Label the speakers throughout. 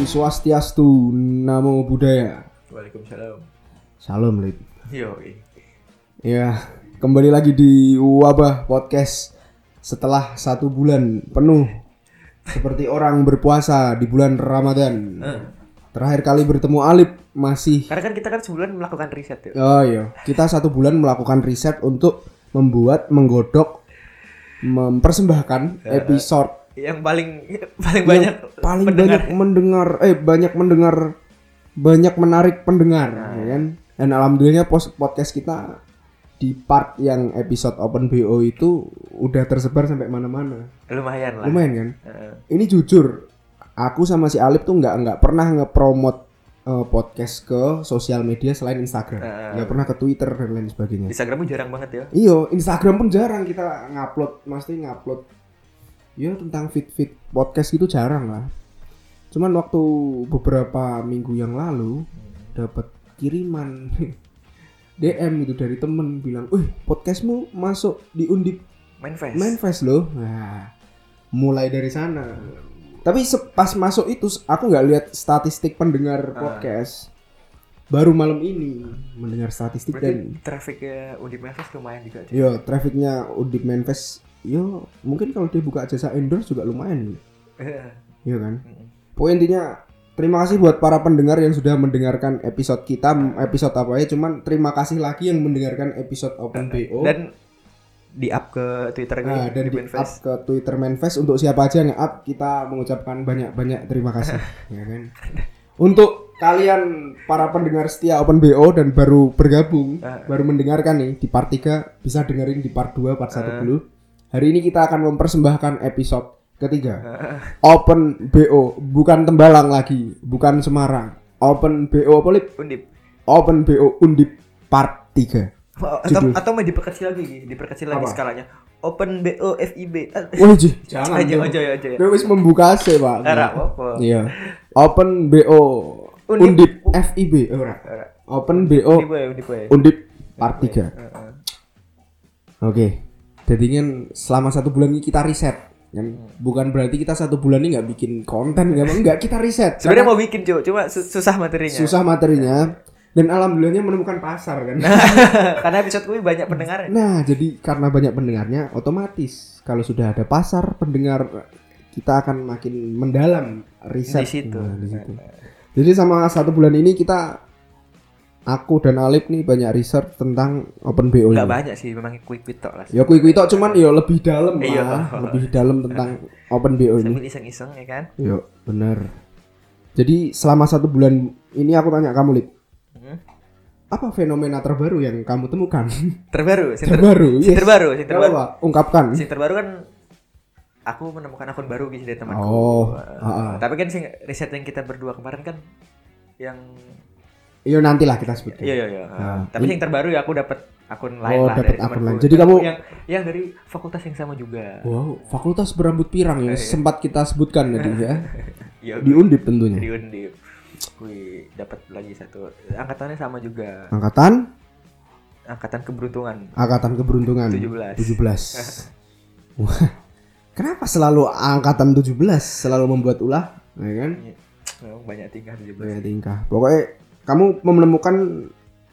Speaker 1: swastiastu, namo buddhaya.
Speaker 2: Waalaikumsalam.
Speaker 1: Salam, Lid.
Speaker 2: Yo.
Speaker 1: Iya. Ya, kembali lagi di Wabah Podcast setelah satu bulan penuh seperti orang berpuasa di bulan Ramadan. Terakhir kali bertemu Alip masih
Speaker 2: Hmm. Karena kan kita kan sebulan melakukan riset ya.
Speaker 1: Oh iya, kita satu bulan melakukan riset untuk membuat menggodok mempersembahkan episode
Speaker 2: Yang paling Iya, paling
Speaker 1: yang
Speaker 2: banyak
Speaker 1: paling
Speaker 2: pendengar.
Speaker 1: banyak mendengar eh banyak mendengar banyak menarik pendengar ya kan dan alhamdulillahnya pos- podcast kita di part yang episode Open BO itu udah tersebar sampai mana-mana
Speaker 2: Nah. Lumayan lah. Eh,
Speaker 1: lumayan kan
Speaker 2: Heeh.
Speaker 1: ini jujur aku sama si Alip tuh nggak nggak pernah ngepromot eh, podcast ke sosial media selain Instagram
Speaker 2: Nah.
Speaker 1: nggak pernah ke Twitter dan lain sebagainya
Speaker 2: Instagrammu jarang banget ya.
Speaker 1: Iya, Instagram pun jarang kita ngupload, mesti ngupload. Ya tentang fit fit podcast gitu jarang lah. Cuman waktu beberapa minggu yang lalu dapat kiriman DM itu dari temen bilang, "Wih, podcastmu masuk di Undip
Speaker 2: Main face.
Speaker 1: Manfest loh." Nah, mulai dari sana. Tapi se- pas masuk itu s- aku nggak lihat statistik pendengar podcast. Baru malam ini mendengar statistik
Speaker 2: Berarti
Speaker 1: dan Iya.
Speaker 2: trafficnya Undip Main face lumayan juga. Cik.
Speaker 1: Yo, trafficnya Udip Manfest, yo mungkin kalau dia buka jasa endorse juga lumayan,
Speaker 2: Heeh.
Speaker 1: iya kan?
Speaker 2: Eh, Mm-mm.
Speaker 1: Pokoknya intinya terima kasih buat para pendengar yang sudah mendengarkan episode kita, m- episode apa ya? Cuman terima kasih lagi yang mendengarkan episode Open BO
Speaker 2: Dan di up ke
Speaker 1: Nah, Oh.
Speaker 2: Twitternya
Speaker 1: dan
Speaker 2: Undip
Speaker 1: di
Speaker 2: Main
Speaker 1: up
Speaker 2: face.
Speaker 1: ke Twitter Manfest untuk siapa aja yang up kita mengucapkan banyak-banyak terima kasih, ya kan? Untuk kalian para pendengar setia Open BO dan baru bergabung,
Speaker 2: Ah.
Speaker 1: baru mendengarkan nih di part 3 bisa dengerin di part 2, part 1 dulu. Hari ini kita akan mempersembahkan episode ketiga.
Speaker 2: Heeh.
Speaker 1: Open BO bukan Tembalang lagi, bukan Semarang. Open BO apa, Lip?
Speaker 2: Undip.
Speaker 1: Open BO Undip part 3.
Speaker 2: Atau,
Speaker 1: Judul.
Speaker 2: atau mau diperkecil lagi, Gi. diperkecil lagi
Speaker 1: Apa?
Speaker 2: skalanya. Open B O F I B.
Speaker 1: Wih, Ji, jangan.
Speaker 2: Aja
Speaker 1: dong.
Speaker 2: aja aja.
Speaker 1: Gue wis membuka sih, Pak.
Speaker 2: Ora apa-apa.
Speaker 1: Iya. Open BO Undip,
Speaker 2: Undip.
Speaker 1: FIB. Eh, Ora.
Speaker 2: Ora.
Speaker 1: Open BO
Speaker 2: Undip wae, Undip wae.
Speaker 1: Undip part 3.
Speaker 2: Heeh.
Speaker 1: Oke. Jadi kan selama satu bulan ini kita riset.
Speaker 2: Hmm.
Speaker 1: Kan? Bukan berarti kita satu bulan ini nggak bikin konten nggak enggak kita riset.
Speaker 2: Sebenarnya
Speaker 1: Karena
Speaker 2: mau bikin cuy, cuma su- susah materinya.
Speaker 1: susah materinya dan alhamdulillahnya menemukan pasar kan.
Speaker 2: Karena episode gue banyak pendengar.
Speaker 1: Nah, jadi karena banyak pendengarnya otomatis kalau sudah ada pasar pendengar kita akan makin mendalam riset
Speaker 2: Di situ.
Speaker 1: Nah, di situ. Jadi sama satu bulan ini kita aku dan Alip nih banyak riset tentang Open BO.
Speaker 2: Gak
Speaker 1: ini.
Speaker 2: banyak sih, memang quick bit tok lah.
Speaker 1: Ya kui kui tok, cuman ya lebih dalam lah,
Speaker 2: Iya.
Speaker 1: lebih dalam tentang Open BO ini.
Speaker 2: Sambil iseng-iseng ya kan.
Speaker 1: Yo, bener. Jadi selama satu bulan ini aku tanya kamu Lip,
Speaker 2: Hmm.
Speaker 1: apa fenomena terbaru yang kamu temukan?
Speaker 2: Terbaru, sing ter-
Speaker 1: terbaru,
Speaker 2: sing
Speaker 1: yes.
Speaker 2: terbaru, sing terbaru.
Speaker 1: Apa? Ungkapkan.
Speaker 2: Sing terbaru kan aku menemukan akun baru gitu dari temanku.
Speaker 1: Oh,
Speaker 2: Eh,
Speaker 1: ah, ah.
Speaker 2: Tapi kan sing riset yang kita berdua kemarin kan yang
Speaker 1: Yo nantilah kita sebutin.
Speaker 2: iya iya iya.
Speaker 1: Ah.
Speaker 2: Tapi yang terbaru ya aku dapat akun lain
Speaker 1: Oh,
Speaker 2: lah
Speaker 1: dapet
Speaker 2: dari
Speaker 1: akun
Speaker 2: temanku.
Speaker 1: lain. Jadi kamu-
Speaker 2: yang yang dari fakultas yang sama juga.
Speaker 1: Wow, fakultas berambut pirang yang sempat kita sebutkan tadi ya.
Speaker 2: Iya.
Speaker 1: Di E? Undip tentunya.
Speaker 2: Di Undip. Wih, dapat lagi satu. Angkatannya sama juga.
Speaker 1: Angkatan,
Speaker 2: Angkatan keberuntungan.
Speaker 1: angkatan keberuntungan
Speaker 2: 17.
Speaker 1: 17. Wah. Kenapa selalu angkatan 17 selalu membuat ulah, ya kan?
Speaker 2: Memang banyak tingkah 17.
Speaker 1: Banyak tingkah. Pokoknya kamu menemukan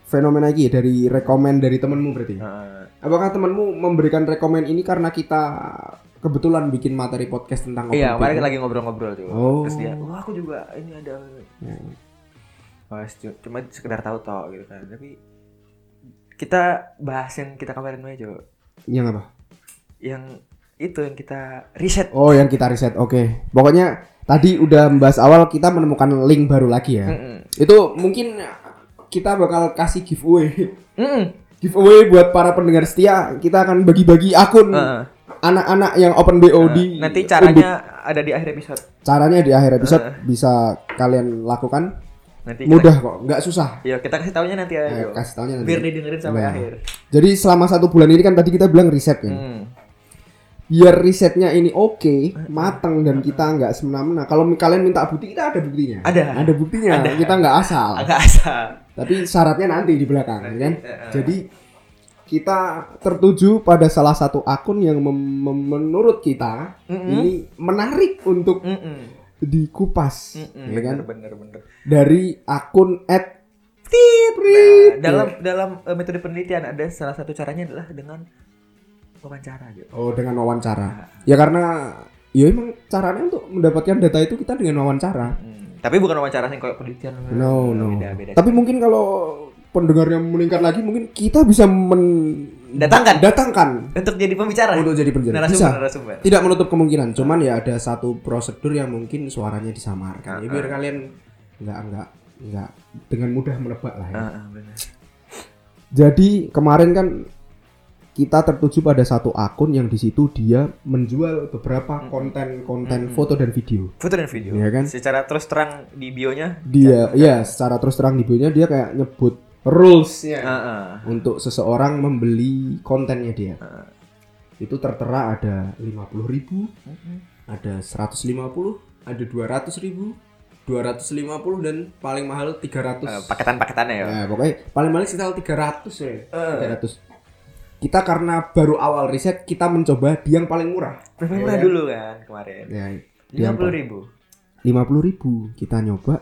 Speaker 1: fenomena ini dari rekomen dari temanmu berarti.
Speaker 2: Heeh.
Speaker 1: Apakah temanmu memberikan rekomen ini karena kita kebetulan bikin materi podcast tentang open ya?
Speaker 2: iya, kemarin
Speaker 1: table?
Speaker 2: lagi ngobrol-ngobrol tuh.
Speaker 1: Oh.
Speaker 2: Terus dia, wah aku juga ini ada.
Speaker 1: Hmm.
Speaker 2: Oh, cu- cuma sekedar tahu toh gitu kan. Tapi kita bahas yang kita kemarin aja, Jo.
Speaker 1: Yang apa?
Speaker 2: Yang itu yang kita riset.
Speaker 1: Oh, yang kita riset. Oke. Pokoknya tadi udah membahas awal kita menemukan link baru lagi ya.
Speaker 2: Mm-mm.
Speaker 1: Itu mungkin kita bakal kasih giveaway.
Speaker 2: Mm-mm.
Speaker 1: giveaway buat para pendengar setia. Kita akan bagi-bagi akun
Speaker 2: Heeh.
Speaker 1: anak-anak yang open BO di
Speaker 2: Nanti
Speaker 1: Undip.
Speaker 2: caranya ada di akhir episode.
Speaker 1: caranya di akhir episode bisa kalian lakukan.
Speaker 2: Nanti kita,
Speaker 1: Mudah kok, nggak susah.
Speaker 2: Iya, kita kasih taunya nanti
Speaker 1: Eh,
Speaker 2: aja. Jo.
Speaker 1: kasih taunya nanti.
Speaker 2: Biar didengerin sampai
Speaker 1: Nah.
Speaker 2: akhir.
Speaker 1: Jadi selama satu bulan ini kan tadi kita bilang riset kan.
Speaker 2: Hmm.
Speaker 1: Biar risetnya ini oke, matang dan kita nggak semena-mena. Kalau mi- kalian minta bukti, kita ada buktinya.
Speaker 2: Ada.
Speaker 1: Ada buktinya.
Speaker 2: Ada.
Speaker 1: Kita nggak asal.
Speaker 2: Agak asal.
Speaker 1: Tapi syaratnya nanti di belakang,
Speaker 2: Nanti,
Speaker 1: kan?
Speaker 2: eh, eh.
Speaker 1: Jadi kita tertuju pada salah satu akun yang mem- mem- menurut kita
Speaker 2: Mm-mm.
Speaker 1: ini menarik untuk
Speaker 2: Mm-mm.
Speaker 1: dikupas
Speaker 2: Mm-mm,
Speaker 1: ya kan
Speaker 2: bener, bener bener.
Speaker 1: dari akun at
Speaker 2: Nah, dalam dalam eh, metode penelitian ada salah satu caranya adalah dengan wawancara gitu.
Speaker 1: oh dengan wawancara ya karena ya emang caranya untuk mendapatkan data itu kita dengan wawancara
Speaker 2: Hmm, Tapi bukan wawancara yang kayak penelitian.
Speaker 1: no no
Speaker 2: Ah, Beda beda.
Speaker 1: tapi mungkin kalau pendengarnya meningkat lagi mungkin kita bisa
Speaker 2: Datangkan.
Speaker 1: mendatangkan datangkan
Speaker 2: untuk jadi pembicara. ya?
Speaker 1: untuk jadi penjara
Speaker 2: narasumber
Speaker 1: bisa
Speaker 2: narasumber.
Speaker 1: tidak menutup kemungkinan cuman ya ada satu prosedur yang mungkin suaranya disamarkan ya,
Speaker 2: Ah,
Speaker 1: biar
Speaker 2: ah.
Speaker 1: kalian nggak nggak nggak dengan mudah menebak lah ya.
Speaker 2: Ah, ah, bener.
Speaker 1: jadi kemarin kan kita tertuju pada satu akun yang di situ dia menjual beberapa
Speaker 2: Mm-mm.
Speaker 1: konten-konten
Speaker 2: Mm-mm.
Speaker 1: foto dan video
Speaker 2: Foto dan video.
Speaker 1: Iya kan?
Speaker 2: Secara terus terang di bionya.
Speaker 1: dia
Speaker 2: iya.
Speaker 1: ya secara terus terang di bio-nya dia kayak nyebut rulesnya
Speaker 2: Ah, ah.
Speaker 1: untuk seseorang membeli kontennya dia
Speaker 2: Ah.
Speaker 1: itu tertera ada 50.000 ribu ada 150, ada 200 ribu, 250 dan paling mahal 300.
Speaker 2: Eh, Paketan-paketannya ya.
Speaker 1: Nah, pokoknya paling mahal sekitar 300 ya.
Speaker 2: Eh,
Speaker 1: 300. Kita karena baru awal riset kita mencoba di yang paling murah.
Speaker 2: Berapa
Speaker 1: Iya
Speaker 2: murah
Speaker 1: kan?
Speaker 2: dulu kan kemarin?
Speaker 1: Ya,
Speaker 2: Lima
Speaker 1: Yang
Speaker 2: puluh ribu.
Speaker 1: 50 ribu kita nyoba.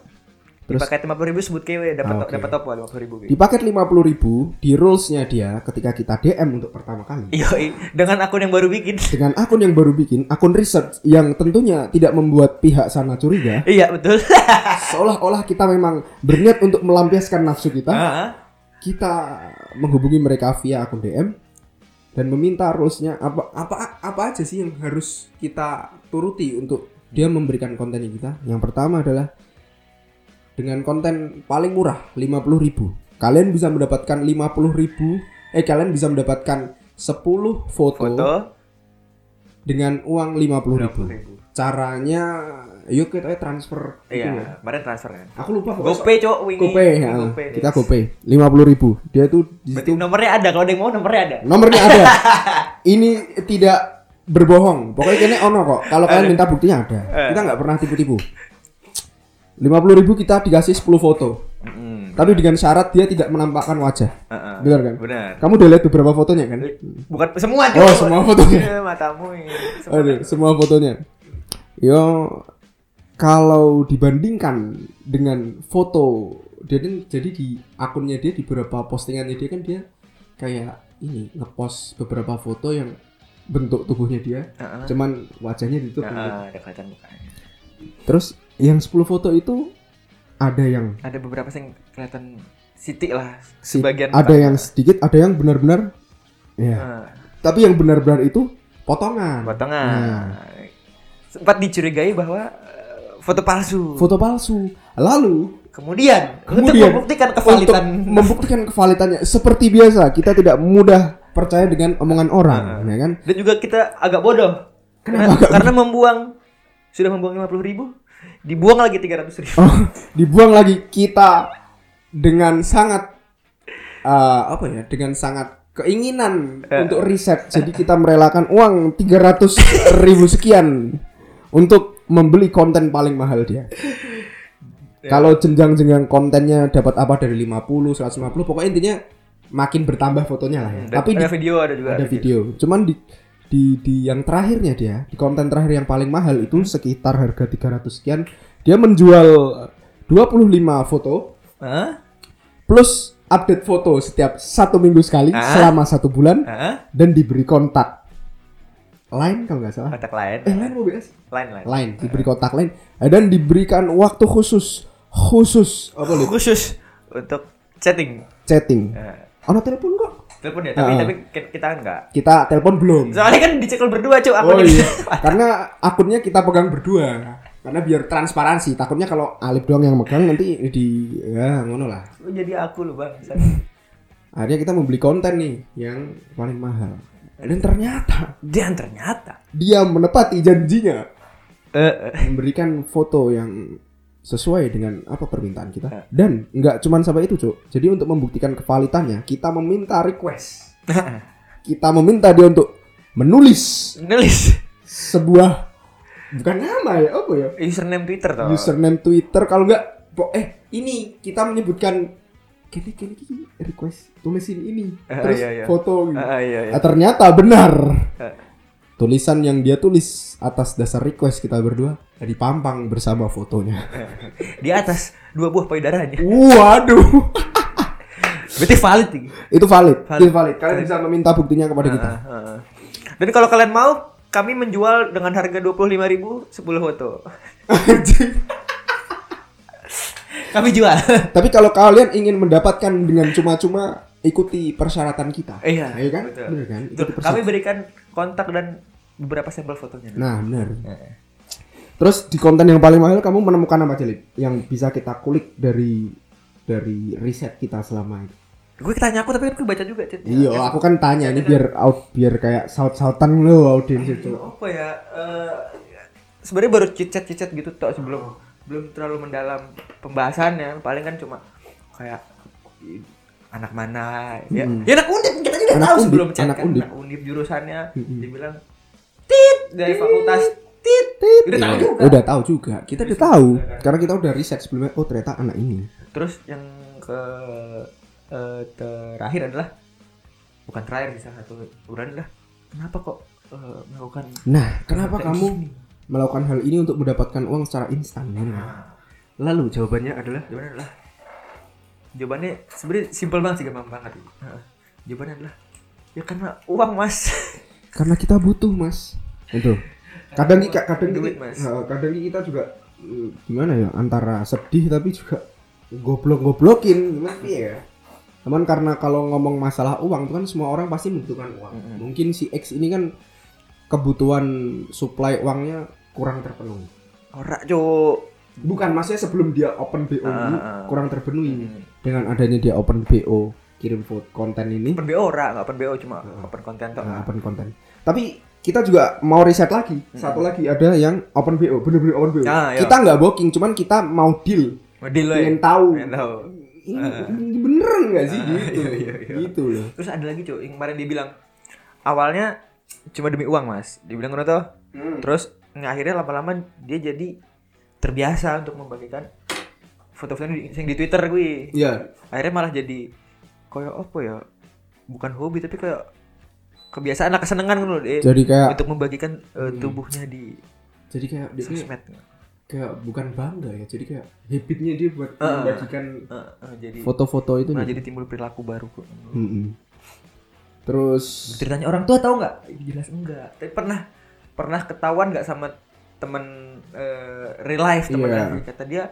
Speaker 1: Terus
Speaker 2: Dipakai lima puluh ribu sebut
Speaker 1: Ah,
Speaker 2: kewe dapat
Speaker 1: oke.
Speaker 2: dapat apa lima puluh ribu? gitu.
Speaker 1: di paket 50 ribu di rulesnya dia ketika kita DM untuk pertama kali
Speaker 2: Iya, dengan akun yang baru bikin.
Speaker 1: dengan akun yang baru bikin akun riset yang tentunya tidak membuat pihak sana curiga
Speaker 2: Iya betul.
Speaker 1: seolah-olah kita memang berniat untuk melampiaskan nafsu kita
Speaker 2: Ah,
Speaker 1: kita menghubungi mereka via akun DM dan meminta rules-nya apa apa apa aja sih yang harus kita turuti untuk dia memberikan konten yang kita. Yang pertama adalah dengan konten paling murah 50.000. Kalian bisa mendapatkan 50.000 eh kalian bisa mendapatkan 10 foto,
Speaker 2: foto
Speaker 1: dengan uang 50.000.
Speaker 2: 50.000
Speaker 1: Caranya yuk kita transfer gitu ya.
Speaker 2: Iya, kemarin transfer kan.
Speaker 1: Aku lupa pokoknya
Speaker 2: GoPay cok wingi.
Speaker 1: GoPay, ya.
Speaker 2: GoPay,
Speaker 1: kita
Speaker 2: yes.
Speaker 1: GoPay lima puluh ribu. Dia tuh di
Speaker 2: Berarti
Speaker 1: situ
Speaker 2: nomornya ada kalau ada yang mau nomornya ada.
Speaker 1: nomornya ada. Ini tidak berbohong. Pokoknya kayaknya ono kok. Kalau kalian minta buktinya ada.
Speaker 2: Eh.
Speaker 1: Kita nggak pernah tipu-tipu. Lima puluh ribu kita dikasih 10 foto.
Speaker 2: Heeh.
Speaker 1: Tapi dengan syarat dia tidak menampakkan wajah.
Speaker 2: Heeh.
Speaker 1: Benar kan?
Speaker 2: Benar.
Speaker 1: Kamu udah lihat beberapa fotonya kan?
Speaker 2: Bukan semua
Speaker 1: Oh, semua Oh, fotonya.
Speaker 2: Eh, Matamu ini. Semua.
Speaker 1: Aduh, semua fotonya. Yo, kalau dibandingkan dengan foto dia kan jadi di akunnya dia di beberapa postingannya dia kan dia kayak ini ngepost beberapa foto yang bentuk tubuhnya dia
Speaker 2: Heeh.
Speaker 1: cuman wajahnya ditutup
Speaker 2: Heeh, ada kelihatan mukanya.
Speaker 1: terus yang 10 foto itu ada yang
Speaker 2: Ada beberapa sih yang kelihatan sitik lah
Speaker 1: si-
Speaker 2: sebagian
Speaker 1: ada yang sedikit ada yang benar-benar ya
Speaker 2: Heeh.
Speaker 1: tapi yang benar-benar itu potongan
Speaker 2: potongan.
Speaker 1: Nah.
Speaker 2: Sempat dicurigai bahwa eh, foto palsu.
Speaker 1: foto palsu lalu
Speaker 2: Kemudian, untuk
Speaker 1: Kemudian,
Speaker 2: membuktikan kevalitan
Speaker 1: Untuk membuktikan kevalitannya seperti biasa kita tidak mudah percaya dengan omongan orang ya kan
Speaker 2: dan juga kita agak bodoh. Karena,
Speaker 1: agak
Speaker 2: karena membuang sudah membuang 50.000 ribu, dibuang lagi 300.000 ribu.
Speaker 1: oh, dibuang lagi kita dengan sangat eh, apa ya dengan sangat keinginan
Speaker 2: Eh.
Speaker 1: untuk riset jadi kita merelakan uang 300 ribu sekian untuk membeli konten paling mahal dia
Speaker 2: Ya.
Speaker 1: kalau jenjang-jenjang kontennya dapat apa dari 50 150 pokoknya intinya makin bertambah fotonya lah ya tapi di
Speaker 2: ada video ada juga.
Speaker 1: ada video. Cuman di di di yang terakhirnya dia, di konten terakhir yang paling mahal itu sekitar harga 300 sekian, dia menjual 25 foto
Speaker 2: Hah?
Speaker 1: plus update foto setiap satu minggu sekali
Speaker 2: Ah.
Speaker 1: selama satu bulan
Speaker 2: Hah?
Speaker 1: dan diberi kontak lain kalau nggak salah.
Speaker 2: Kontak lain.
Speaker 1: Eh lain OBS?
Speaker 2: Lain lain.
Speaker 1: Lain, diberi kontak lain Eh, dan diberikan waktu khusus khusus apa Lid?
Speaker 2: Khusus untuk chatting.
Speaker 1: chatting.
Speaker 2: Eh,
Speaker 1: Ono telepon kok?
Speaker 2: telepon ya, tapi
Speaker 1: Ah.
Speaker 2: tapi ki- kita enggak.
Speaker 1: Kita telepon belum.
Speaker 2: Soalnya kan dicekal berdua, Cuk. Aku
Speaker 1: Oh iya, karena akunnya kita pegang berdua. Karena biar transparansi, takutnya kalau Alip doang yang megang nanti di ya ngono lah.
Speaker 2: jadi aku lu, Bang.
Speaker 1: Akhirnya kita membeli konten nih yang paling mahal. Dan ternyata
Speaker 2: Dan ternyata
Speaker 1: dia menepati janjinya
Speaker 2: eh, eh,
Speaker 1: memberikan foto yang sesuai dengan apa permintaan kita. Dan nggak cuman sampai itu, Cuk. Jadi untuk membuktikan kevalitannya, kita meminta request.
Speaker 2: eh,
Speaker 1: Kita meminta dia untuk menulis
Speaker 2: nulis
Speaker 1: sebuah bukan nama ya, apa ya?
Speaker 2: username Twitter toh.
Speaker 1: username Twitter kalau nggak po- eh ini kita menyebutkan kini kini kini request tulisin ini
Speaker 2: Eh,
Speaker 1: terus
Speaker 2: iya, iya.
Speaker 1: foto gitu.
Speaker 2: Ah, iya, iya.
Speaker 1: Nah, ternyata benar
Speaker 2: Eh.
Speaker 1: Tulisan yang dia tulis atas dasar request kita berdua dari Pampang bersama fotonya.
Speaker 2: Eh. Di atas dua buah payudaranya.
Speaker 1: Waduh,
Speaker 2: Berarti valid ini.
Speaker 1: itu valid.
Speaker 2: Valid. Eh,
Speaker 1: Itu valid. Kalian bisa meminta buktinya kepada kita.
Speaker 2: Heeh, heeh. Gitu. Dan kalau kalian mau, kami menjual dengan harga 25.000 10 foto. eh. kami jual.
Speaker 1: Tapi kalau kalian ingin mendapatkan dengan cuma-cuma ikuti persyaratan kita.
Speaker 2: Iya,
Speaker 1: Iya kan?
Speaker 2: betul.
Speaker 1: Bener kan? Ikuti
Speaker 2: Betul. Kami berikan kontak dan beberapa sampel fotonya.
Speaker 1: Nah, benar.
Speaker 2: Heeh.
Speaker 1: Terus di konten yang paling mahal kamu menemukan apa Jelip? Yang bisa kita kulik dari dari riset kita selama ini.
Speaker 2: Gue tanya aku tapi kan gue baca juga, Cit.
Speaker 1: Iya,
Speaker 2: Ya,
Speaker 1: aku kan tanya ini biar out biar kayak saut-sautan lo audiens
Speaker 2: Itu
Speaker 1: itu.
Speaker 2: apa ya? Eh, sebenarnya baru cicet-cicet gitu toh sebelum belum terlalu mendalam pembahasannya. Paling kan cuma kayak i- anak mana ya.
Speaker 1: Hmm.
Speaker 2: ya anak undip kita juga
Speaker 1: Anak
Speaker 2: tahu
Speaker 1: undip,
Speaker 2: sebelum chat
Speaker 1: anak
Speaker 2: kan.
Speaker 1: undip.
Speaker 2: anak undip jurusannya
Speaker 1: Hmm.
Speaker 2: dibilang tit dari fakultas tit
Speaker 1: Tit.
Speaker 2: Udah tahu
Speaker 1: Iya,
Speaker 2: juga.
Speaker 1: Udah tahu juga. Kita udah tahu karena kita udah riset sebelumnya oh ternyata anak ini.
Speaker 2: terus yang ke eh, terakhir adalah bukan terakhir bisa satu bulan adalah kenapa kok eh, melakukan
Speaker 1: Nah, kenapa
Speaker 2: praktek
Speaker 1: kamu
Speaker 2: ini?
Speaker 1: melakukan hal ini untuk mendapatkan uang secara instan? Gitu kan?
Speaker 2: Lalu jawabannya adalah Nah, jawabannya adalah jawabannya sebenarnya simpel banget sih gampang banget. Heeh. Jawabannya adalah ya karena uang mas.
Speaker 1: Karena kita butuh, Mas. Itu. Kadang kita kadang
Speaker 2: Duit,
Speaker 1: kita-
Speaker 2: Mas.
Speaker 1: eh, kadang kita juga eh, gimana ya antara sedih tapi juga goblok-goblokin gimana sih ya. Cuman karena kalau ngomong masalah uang itu kan semua orang pasti membutuhkan uang.
Speaker 2: Mm-mm.
Speaker 1: Mungkin si X ini kan kebutuhan supply uangnya kurang terpenuhi.
Speaker 2: Ora cuk.
Speaker 1: Bukan maksudnya sebelum dia open BO ini
Speaker 2: Ah, ah.
Speaker 1: kurang terpenuhi. Dengan adanya dia open BO kirim food konten ini
Speaker 2: Open BO ora, nggak open BO cuma
Speaker 1: Heeh.
Speaker 2: open konten tok.
Speaker 1: Nah, open konten. Tapi kita juga mau riset lagi. Satu lagi ada yang open BO, bener-bener open BO.
Speaker 2: Hmm. Ah, iya.
Speaker 1: kita nggak booking, cuman kita mau deal,
Speaker 2: Model lo ya.
Speaker 1: pengen tahu.
Speaker 2: Pengen tahu.
Speaker 1: Ini, ini beneran nggak sih
Speaker 2: Ah,
Speaker 1: gitu?
Speaker 2: iya, iya, iya.
Speaker 1: Gitu loh.
Speaker 2: Terus ada lagi cuk, yang kemarin dia bilang awalnya cuma demi uang mas. Dia bilang ngono toh. Terus nah, akhirnya lama-lama dia jadi terbiasa untuk membagikan foto-foto yang di, yang di Twitter gue.
Speaker 1: Iya.
Speaker 2: akhirnya malah jadi koyo apa ya bukan hobi tapi kayak kebiasaan lah kesenangan gitu loh deh
Speaker 1: Jadi kayak,
Speaker 2: untuk membagikan eh,
Speaker 1: Hmm.
Speaker 2: tubuhnya di
Speaker 1: jadi kayak dia kayak,
Speaker 2: sosmed
Speaker 1: kayak bukan bangga ya. Jadi kayak habitnya dia buat
Speaker 2: Ah, ah.
Speaker 1: membagikan
Speaker 2: Eh, eh, jadi
Speaker 1: foto-foto itu.
Speaker 2: malah
Speaker 1: nih.
Speaker 2: jadi timbul perilaku baru kok
Speaker 1: Mm-mm. Terus
Speaker 2: ceritanya orang tua tahu nggak jelas enggak tapi pernah pernah ketahuan nggak sama temen eh, real life temen
Speaker 1: Iya.
Speaker 2: Afi? kata dia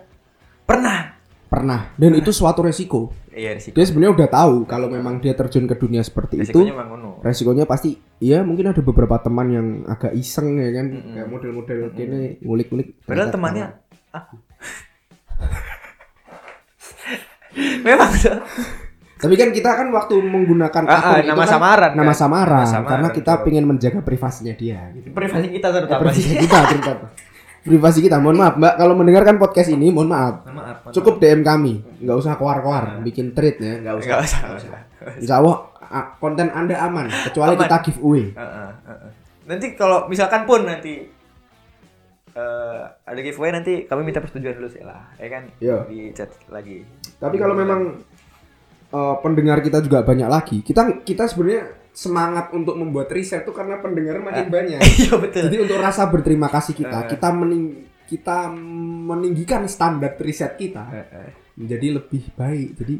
Speaker 2: pernah
Speaker 1: pernah dan itu suatu resiko.
Speaker 2: iya resiko
Speaker 1: Dia sebenarnya udah tahu kalau memang dia terjun ke dunia seperti itu
Speaker 2: resikonya memang ngono
Speaker 1: resikonya pasti iya mungkin ada beberapa teman yang agak iseng ya kan
Speaker 2: Mm-mm.
Speaker 1: kayak model-model
Speaker 2: Mm-mm.
Speaker 1: gini ngulik-ngulik
Speaker 2: Padahal
Speaker 1: ternyata
Speaker 2: temannya Ah. aku. Memang tuh.
Speaker 1: tahu. tapi kan kita kan waktu menggunakan akun itu kan
Speaker 2: Ah, samaran.
Speaker 1: nama samaran
Speaker 2: Nama samaran,
Speaker 1: karena kita
Speaker 2: betul.
Speaker 1: pingin menjaga privasinya dia gitu.
Speaker 2: Privasi kita
Speaker 1: Eh,
Speaker 2: terutama.
Speaker 1: privasi kita terutama privasi kita mohon maaf mbak kalau mendengarkan podcast ini mohon maaf
Speaker 2: Maaf. maaf.
Speaker 1: cukup DM kami nggak usah koar-koar bikin treat ya nggak usah
Speaker 2: Enggak usah. nggak usah.
Speaker 1: Insya Allah a- konten anda aman kecuali
Speaker 2: Aman.
Speaker 1: kita giveaway
Speaker 2: Heeh, heeh. Nanti kalau misalkan pun nanti eh, ada giveaway nanti kami minta persetujuan dulu sih lah, ya kan?
Speaker 1: Iya.
Speaker 2: Di chat lagi.
Speaker 1: Tapi
Speaker 2: Iya.
Speaker 1: kalau memang eh, pendengar kita juga banyak lagi, kita kita sebenarnya semangat untuk membuat riset tuh karena pendengar makin banyak.
Speaker 2: iya betul.
Speaker 1: Jadi untuk rasa berterima kasih kita,
Speaker 2: Eh.
Speaker 1: kita mening- kita meninggikan standar riset kita
Speaker 2: Heeh.
Speaker 1: menjadi lebih baik. Jadi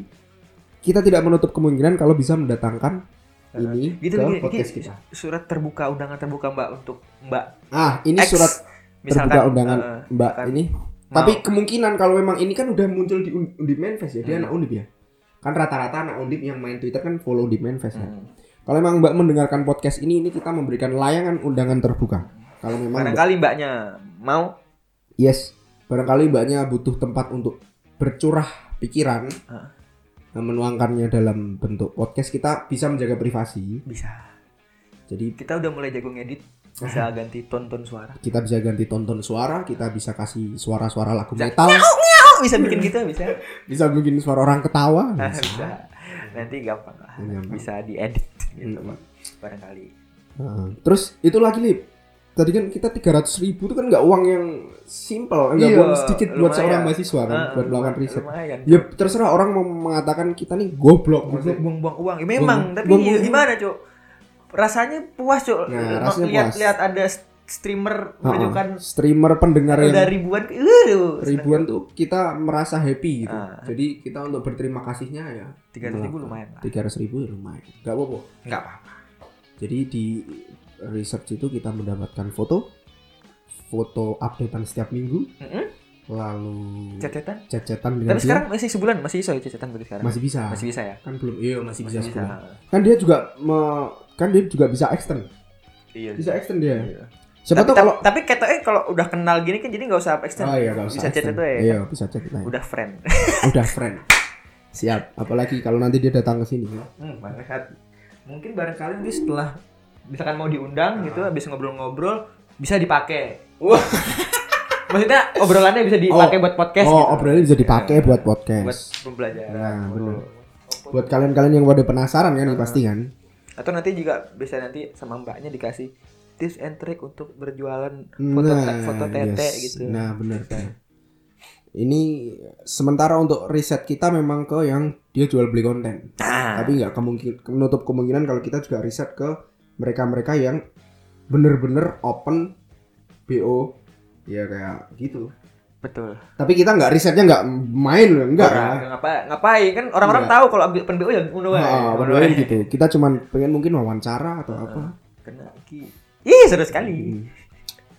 Speaker 1: kita tidak menutup kemungkinan kalau bisa mendatangkan
Speaker 2: Eh,
Speaker 1: ini ke
Speaker 2: gitu lagi,
Speaker 1: podcast
Speaker 2: ini
Speaker 1: kita.
Speaker 2: surat terbuka undangan terbuka Mbak untuk Mbak
Speaker 1: Ah, ini
Speaker 2: X.
Speaker 1: surat terbuka undangan
Speaker 2: eh,
Speaker 1: Mbak
Speaker 2: misalkan
Speaker 1: ini.
Speaker 2: mau-
Speaker 1: Tapi kemungkinan kalau memang ini kan udah muncul di Un- Undip Manfest ya, dia
Speaker 2: Hmm.
Speaker 1: anak Undip ya. Kan rata-rata anak Undip yang main Twitter kan follow Undip Manfest ya.
Speaker 2: Hmm.
Speaker 1: Kalau memang Mbak mendengarkan podcast ini, ini kita memberikan layangan undangan terbuka. Kalau memang Mbak-
Speaker 2: barangkali mbaknya mau
Speaker 1: yes, barangkali Mbaknya butuh tempat untuk bercurah pikiran.
Speaker 2: Ah.
Speaker 1: Nah, Menuangkannya dalam bentuk podcast kita bisa menjaga privasi.
Speaker 2: bisa
Speaker 1: Jadi
Speaker 2: kita udah mulai jago ngedit bisa ganti tonton suara
Speaker 1: kita bisa ganti tonton suara, kita bisa kasih suara-suara lagu metal,
Speaker 2: oh, bisa bikin gitu bisa
Speaker 1: bisa bikin suara orang ketawa.
Speaker 2: Ah,
Speaker 1: Bisa.
Speaker 2: bisa nanti gampang lah
Speaker 1: Gampang.
Speaker 2: bisa diedit gitu
Speaker 1: Mm.
Speaker 2: Pak. barangkali
Speaker 1: Heeh. Ah. Terus itu lagi lip. Tadi kan kita 300 ribu itu kan nggak uang yang simple, nggak
Speaker 2: Iya,
Speaker 1: uang sedikit buat
Speaker 2: lumayan.
Speaker 1: seorang mahasiswa kan,
Speaker 2: Ah,
Speaker 1: buat melakukan
Speaker 2: lumayan-
Speaker 1: riset.
Speaker 2: lumayan
Speaker 1: Ya terserah orang mau mengatakan kita nih goblok.
Speaker 2: Goblok,
Speaker 1: maksudnya.
Speaker 2: buang-buang uang Ya, memang
Speaker 1: Buang-
Speaker 2: tapi
Speaker 1: buang-
Speaker 2: ya gimana cuk rasanya puas cok
Speaker 1: Nah, rasanya
Speaker 2: lihat
Speaker 1: puas.
Speaker 2: lihat ada s- streamer menunjukkan
Speaker 1: streamer pendengar
Speaker 2: udah
Speaker 1: yang
Speaker 2: ribuan uh,
Speaker 1: ribuan tuh kita merasa happy gitu.
Speaker 2: Ah.
Speaker 1: Jadi kita untuk berterima kasihnya ya
Speaker 2: tiga ratus ribu lumayan lah
Speaker 1: tiga ribu ya lumayan. Gak apa-apa.
Speaker 2: nggak apa
Speaker 1: Jadi di research itu kita mendapatkan foto, foto updatean setiap minggu,
Speaker 2: Mm-mm.
Speaker 1: lalu
Speaker 2: catatan
Speaker 1: cecetan dengan
Speaker 2: tapi
Speaker 1: dia.
Speaker 2: sekarang masih sebulan masih iso ya catatan berarti sekarang
Speaker 1: masih bisa.
Speaker 2: masih bisa ya
Speaker 1: Kan belum, iya masih, bisa.
Speaker 2: masih bisa
Speaker 1: sebulan. Kan dia juga me- kan dia juga bisa extend.
Speaker 2: iya
Speaker 1: Bisa ya? extend dia.
Speaker 2: Iya.
Speaker 1: Siapa
Speaker 2: tapi,
Speaker 1: tuh kalau
Speaker 2: tapi katanya kalau udah kenal gini kan jadi nggak usah extend
Speaker 1: Oh iya, nggak usah
Speaker 2: bisa chat
Speaker 1: extend.
Speaker 2: itu ya
Speaker 1: Iya, bisa chat aja.
Speaker 2: udah friend
Speaker 1: Udah friend. Siap. Apalagi kalau nanti dia datang ke sini. ya.
Speaker 2: hmm, banget mungkin barangkali nanti setelah misalkan mau diundang gitu habis ngobrol-ngobrol bisa dipakai
Speaker 1: Ah. Wah.
Speaker 2: maksudnya obrolannya bisa dipakai buat podcast
Speaker 1: oh,
Speaker 2: gitu.
Speaker 1: obrolannya bisa dipakai
Speaker 2: Iya.
Speaker 1: buat
Speaker 2: buat
Speaker 1: podcast.
Speaker 2: pembelajaran
Speaker 1: Nah, bener.
Speaker 2: Opo-
Speaker 1: Buat kalian-kalian yang udah penasaran kan, ini pasti kan.
Speaker 2: atau nanti juga bisa nanti sama mbaknya dikasih tips and trick untuk berjualan foto
Speaker 1: Nah,
Speaker 2: foto tete
Speaker 1: yes.
Speaker 2: gitu
Speaker 1: Nah, benar benar. Ini sementara untuk riset kita memang ke yang dia jual beli konten.
Speaker 2: nah
Speaker 1: Tapi nggak kemungkin menutup kemungkinan kalau kita juga riset ke mereka-mereka yang bener-bener open BO ya kayak gitu.
Speaker 2: betul
Speaker 1: Tapi kita nggak risetnya nggak Ah, main loh, enggak.
Speaker 2: Orang, ngapa ngapain kan orang-orang
Speaker 1: Enggak.
Speaker 2: tahu kalau ambil pen BO ya ngono wae.
Speaker 1: Ah,
Speaker 2: Ngono
Speaker 1: padahal
Speaker 2: wae.
Speaker 1: gitu. Kita cuman pengen mungkin wawancara
Speaker 2: Ah.
Speaker 1: atau apa.
Speaker 2: Kena iki. Ih, seru sekali.
Speaker 1: Hmm.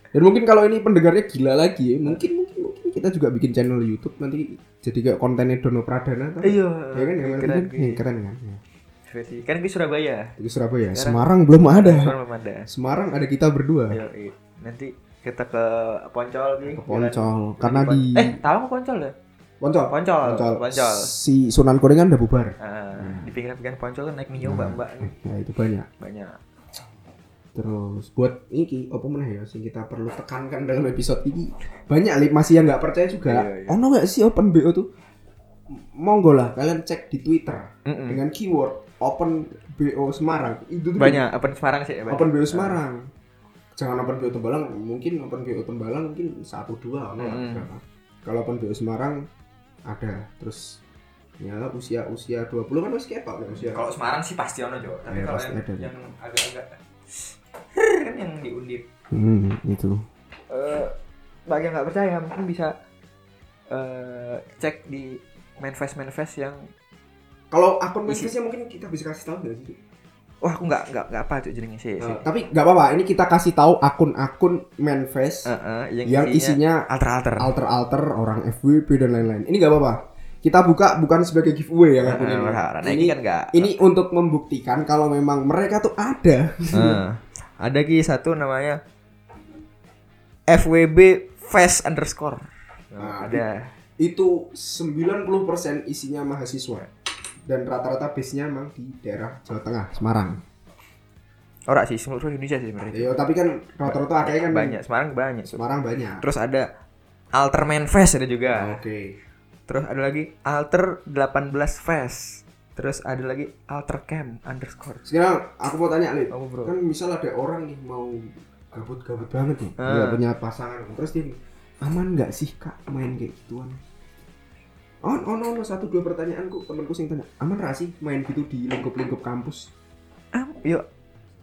Speaker 1: Dan mungkin kalau ini pendengarnya gila lagi, ya, mungkin mungkin mungkin kita juga bikin channel YouTube nanti jadi kayak kontennya Dono Pradana tau?
Speaker 2: Iya.
Speaker 1: Ya kan yang
Speaker 2: keren.
Speaker 1: keren, keren, keren kan. Ya.
Speaker 2: Versi. Kan di Surabaya.
Speaker 1: Itu Surabaya.
Speaker 2: Sekarang-
Speaker 1: Semarang belum ada.
Speaker 2: Surabaya Manda.
Speaker 1: Semarang ada kita berdua.
Speaker 2: Ayo, iya. nanti kita ke Poncol gitu.
Speaker 1: Ke Poncol karena di
Speaker 2: Eh, Tawang ke Poncol ya?
Speaker 1: Poncol.
Speaker 2: Poncol.
Speaker 1: Poncol.
Speaker 2: Poncol.
Speaker 1: Si Sunan Kuning kan udah bubar.
Speaker 2: Ah, di pinggiran-pinggiran Poncol kan naik Mio Mbak-mbak nih.
Speaker 1: Ya itu banyak.
Speaker 2: banyak.
Speaker 1: Terus buat iki apa meneh ya sing kita perlu tekankan dalam episode ini. Banyak li masih yang nggak percaya juga.
Speaker 2: Iya, iya.
Speaker 1: Ono nggak sih open BO tuh? M- Monggo lah kalian cek di Twitter.
Speaker 2: Mm-mm.
Speaker 1: dengan keyword open BO Semarang itu tuh
Speaker 2: Banyak open Semarang sih banyak.
Speaker 1: open BO Semarang jangan open BO Tembalang mungkin open BO Tembalang mungkin satu dua apa lah,
Speaker 2: Mm-mm.
Speaker 1: berapa. kalau open BO Semarang ada terus ya usia usia 20 kan masih ketok ya usia
Speaker 2: Kalau Semarang sih pasti ono, Jo. Tapi
Speaker 1: Iya,
Speaker 2: kalau
Speaker 1: pasti
Speaker 2: yang
Speaker 1: ada.
Speaker 2: yang agak-agak Her, kan yang diundip
Speaker 1: hmm, itu
Speaker 2: eh bagi yang nggak percaya mungkin bisa eh cek di manifest manifest yang
Speaker 1: kalau akun
Speaker 2: Isi.
Speaker 1: bisnisnya mungkin kita bisa kasih tahu nggak sih
Speaker 2: wah aku nggak nggak nggak apa tuh jadinya Iya sih
Speaker 1: Eh, tapi nggak apa-apa ini kita kasih tahu akun-akun
Speaker 2: Eh,
Speaker 1: manfest yang
Speaker 2: iya.
Speaker 1: isinya
Speaker 2: alter alter
Speaker 1: alter-alter orang FWP dan lain-lain ini nggak apa-apa kita buka bukan sebagai giveaway yang akun ini
Speaker 2: nah, ini kan nggak
Speaker 1: Ini untuk membuktikan kalau memang mereka tuh ada.
Speaker 2: Eh, ada ki satu namanya FWB Fest underscore
Speaker 1: Ah,
Speaker 2: Nah, ada
Speaker 1: Itu 90% isinya mahasiswa. Dan rata-rata base-nya memang di daerah Jawa Tengah, Semarang.
Speaker 2: orang sih seluruh Indonesia sih sebenarnya
Speaker 1: Ya, tapi kan rata-rata akhirnya kan
Speaker 2: banyak Semarang banyak
Speaker 1: Semarang banyak.
Speaker 2: terus ada alter manifest ada juga
Speaker 1: Oke.
Speaker 2: Terus ada lagi alter 18 fest. Terus ada lagi alter cam underscore.
Speaker 1: Sekarang aku mau tanya Lid.
Speaker 2: Kamu bro.
Speaker 1: Kan misal ada orang nih mau gabut-gabut banget nih,
Speaker 2: Ah.
Speaker 1: nggak punya pasangan. Terus dia aman nggak sih kak main kayak gituan? Oh, oh, no, no, satu dua pertanyaanku temanku sing tanya, aman gak sih main gitu di lingkup-lingkup kampus?
Speaker 2: Am, Ah, yuk.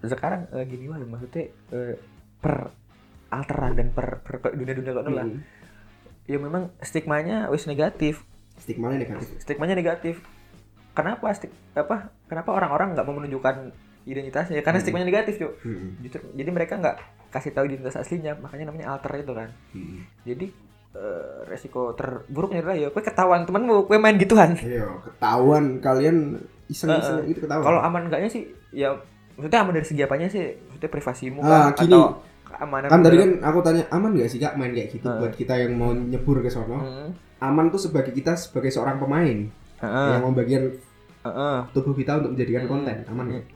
Speaker 2: Sekarang eh, gini wae maksudnya eh, per alteran dan per, per per dunia-dunia kono lah.
Speaker 1: Hmm.
Speaker 2: Ya memang stigmanya wis negatif.
Speaker 1: Stigmanya negatif.
Speaker 2: Stigmanya negatif. Kenapa stig apa? Kenapa orang-orang nggak mau menunjukkan identitasnya? Ya, Karena
Speaker 1: Hmm.
Speaker 2: stigmanya negatif, Cuk.
Speaker 1: Hmm.
Speaker 2: Justru- Jadi mereka nggak kasih tahu identitas aslinya, makanya namanya alter itu kan.
Speaker 1: Hmm.
Speaker 2: Jadi eh, resiko terburuknya adalah ya kue ketahuan temanmu, kue main gituan.
Speaker 1: Iya, ketahuan kalian iseng-iseng
Speaker 2: Eh,
Speaker 1: gitu ketahuan.
Speaker 2: Kalau aman enggaknya sih ya maksudnya aman dari segi apanya sih? Maksudnya privasimu
Speaker 1: Ah,
Speaker 2: kan
Speaker 1: gini.
Speaker 2: atau keamanan
Speaker 1: kan tadi
Speaker 2: dalam-
Speaker 1: kan aku tanya aman gak sih kak main kayak gitu
Speaker 2: Eh.
Speaker 1: buat kita yang mau nyebur ke sono.
Speaker 2: Hmm,
Speaker 1: Aman tuh sebagai kita sebagai seorang pemain
Speaker 2: heeh,
Speaker 1: yang membagian
Speaker 2: heeh.
Speaker 1: tubuh kita untuk menjadikan
Speaker 2: Hmm.
Speaker 1: konten. Aman ya? gak?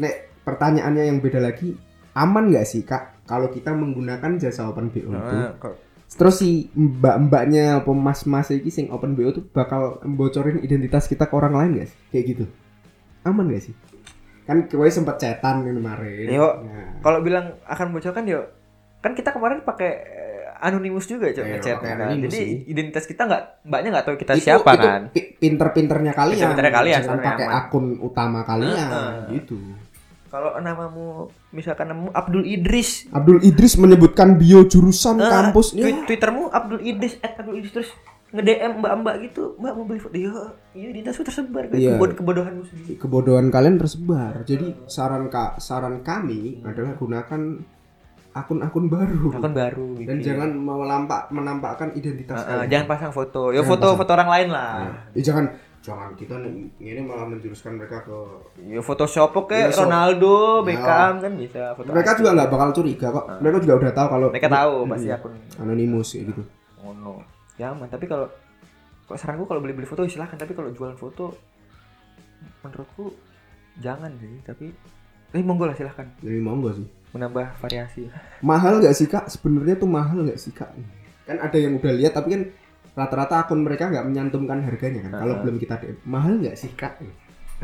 Speaker 1: Nek pertanyaannya yang beda lagi, aman gak sih kak kalau kita menggunakan jasa open BO itu?
Speaker 2: Heeh, kok-
Speaker 1: Terus si mbak-mbaknya apa mas-mas iki sing open BO tuh bakal bocorin identitas kita ke orang lain guys. Kayak gitu. Aman gak sih? Kan kowe sempat cetan ini kemarin.
Speaker 2: Yo.
Speaker 1: Nah,
Speaker 2: Kalau bilang akan bocorkan ya kan kita kemarin pakai eh, anonimus juga cok
Speaker 1: Iya,
Speaker 2: ngechat
Speaker 1: pakai
Speaker 2: kan.
Speaker 1: anonimus
Speaker 2: Jadi
Speaker 1: sih.
Speaker 2: identitas kita nggak mbaknya nggak tahu kita
Speaker 1: itu-
Speaker 2: siapa
Speaker 1: itu
Speaker 2: kan.
Speaker 1: pi- Pinter-pinternya kalian.
Speaker 2: Pinter-pinternya kalian, Ah,
Speaker 1: Jangan
Speaker 2: sebenarnya
Speaker 1: pakai
Speaker 2: aman.
Speaker 1: akun utama kalian
Speaker 2: Heeh.
Speaker 1: gitu.
Speaker 2: Kalau namamu misalkan namamu Abdul Idris.
Speaker 1: Abdul Idris menyebutkan bio jurusan
Speaker 2: eh,
Speaker 1: kampus
Speaker 2: twi-
Speaker 1: ya.
Speaker 2: Twittermu Abdul Idris at Abdul Idris terus nge-DM mbak-mbak gitu, "Mbak mau beli foto." Iya, iya di tasmu tersebar kan
Speaker 1: Iya.
Speaker 2: kebod- kebodohanmu sendiri.
Speaker 1: kebodohan kalian tersebar. Jadi saran ka, saran kami adalah gunakan akun-akun baru
Speaker 2: Akun baru gitu.
Speaker 1: dan
Speaker 2: bikin.
Speaker 1: jangan melampak menampakkan identitas
Speaker 2: Eh, eh,
Speaker 1: kalian.
Speaker 2: jangan pasang foto. Ya
Speaker 1: Jangan
Speaker 2: foto
Speaker 1: pasang.
Speaker 2: foto orang lain lah.
Speaker 1: Nah, ya jangan jangan kita nih- ini malah menjuruskan mereka ke
Speaker 2: Ya Photoshop oke
Speaker 1: Iya, so-
Speaker 2: Ronaldo, Beckham kan bisa foto.
Speaker 1: mereka juga Iya. nggak bakal curiga kok. Mereka juga udah tahu kalau
Speaker 2: mereka tahu
Speaker 1: Mm-mm.
Speaker 2: pasti akun
Speaker 1: anonimus ya gitu.
Speaker 2: ngono. Ya aman, tapi kalau kalau saran gua kalau beli-beli foto ya silahkan tapi kalau jualan foto menurutku jangan sih, tapi tapi monggo lah silahkan
Speaker 1: Jadi mau nggak sih?
Speaker 2: menambah variasi.
Speaker 1: Mahal nggak sih kak? Sebenarnya tuh mahal nggak sih kak? Kan ada yang udah lihat tapi kan rata-rata akun mereka nggak menyantumkan harganya kan. Kalau
Speaker 2: Ah.
Speaker 1: belum kita DM, mahal nggak sih kak?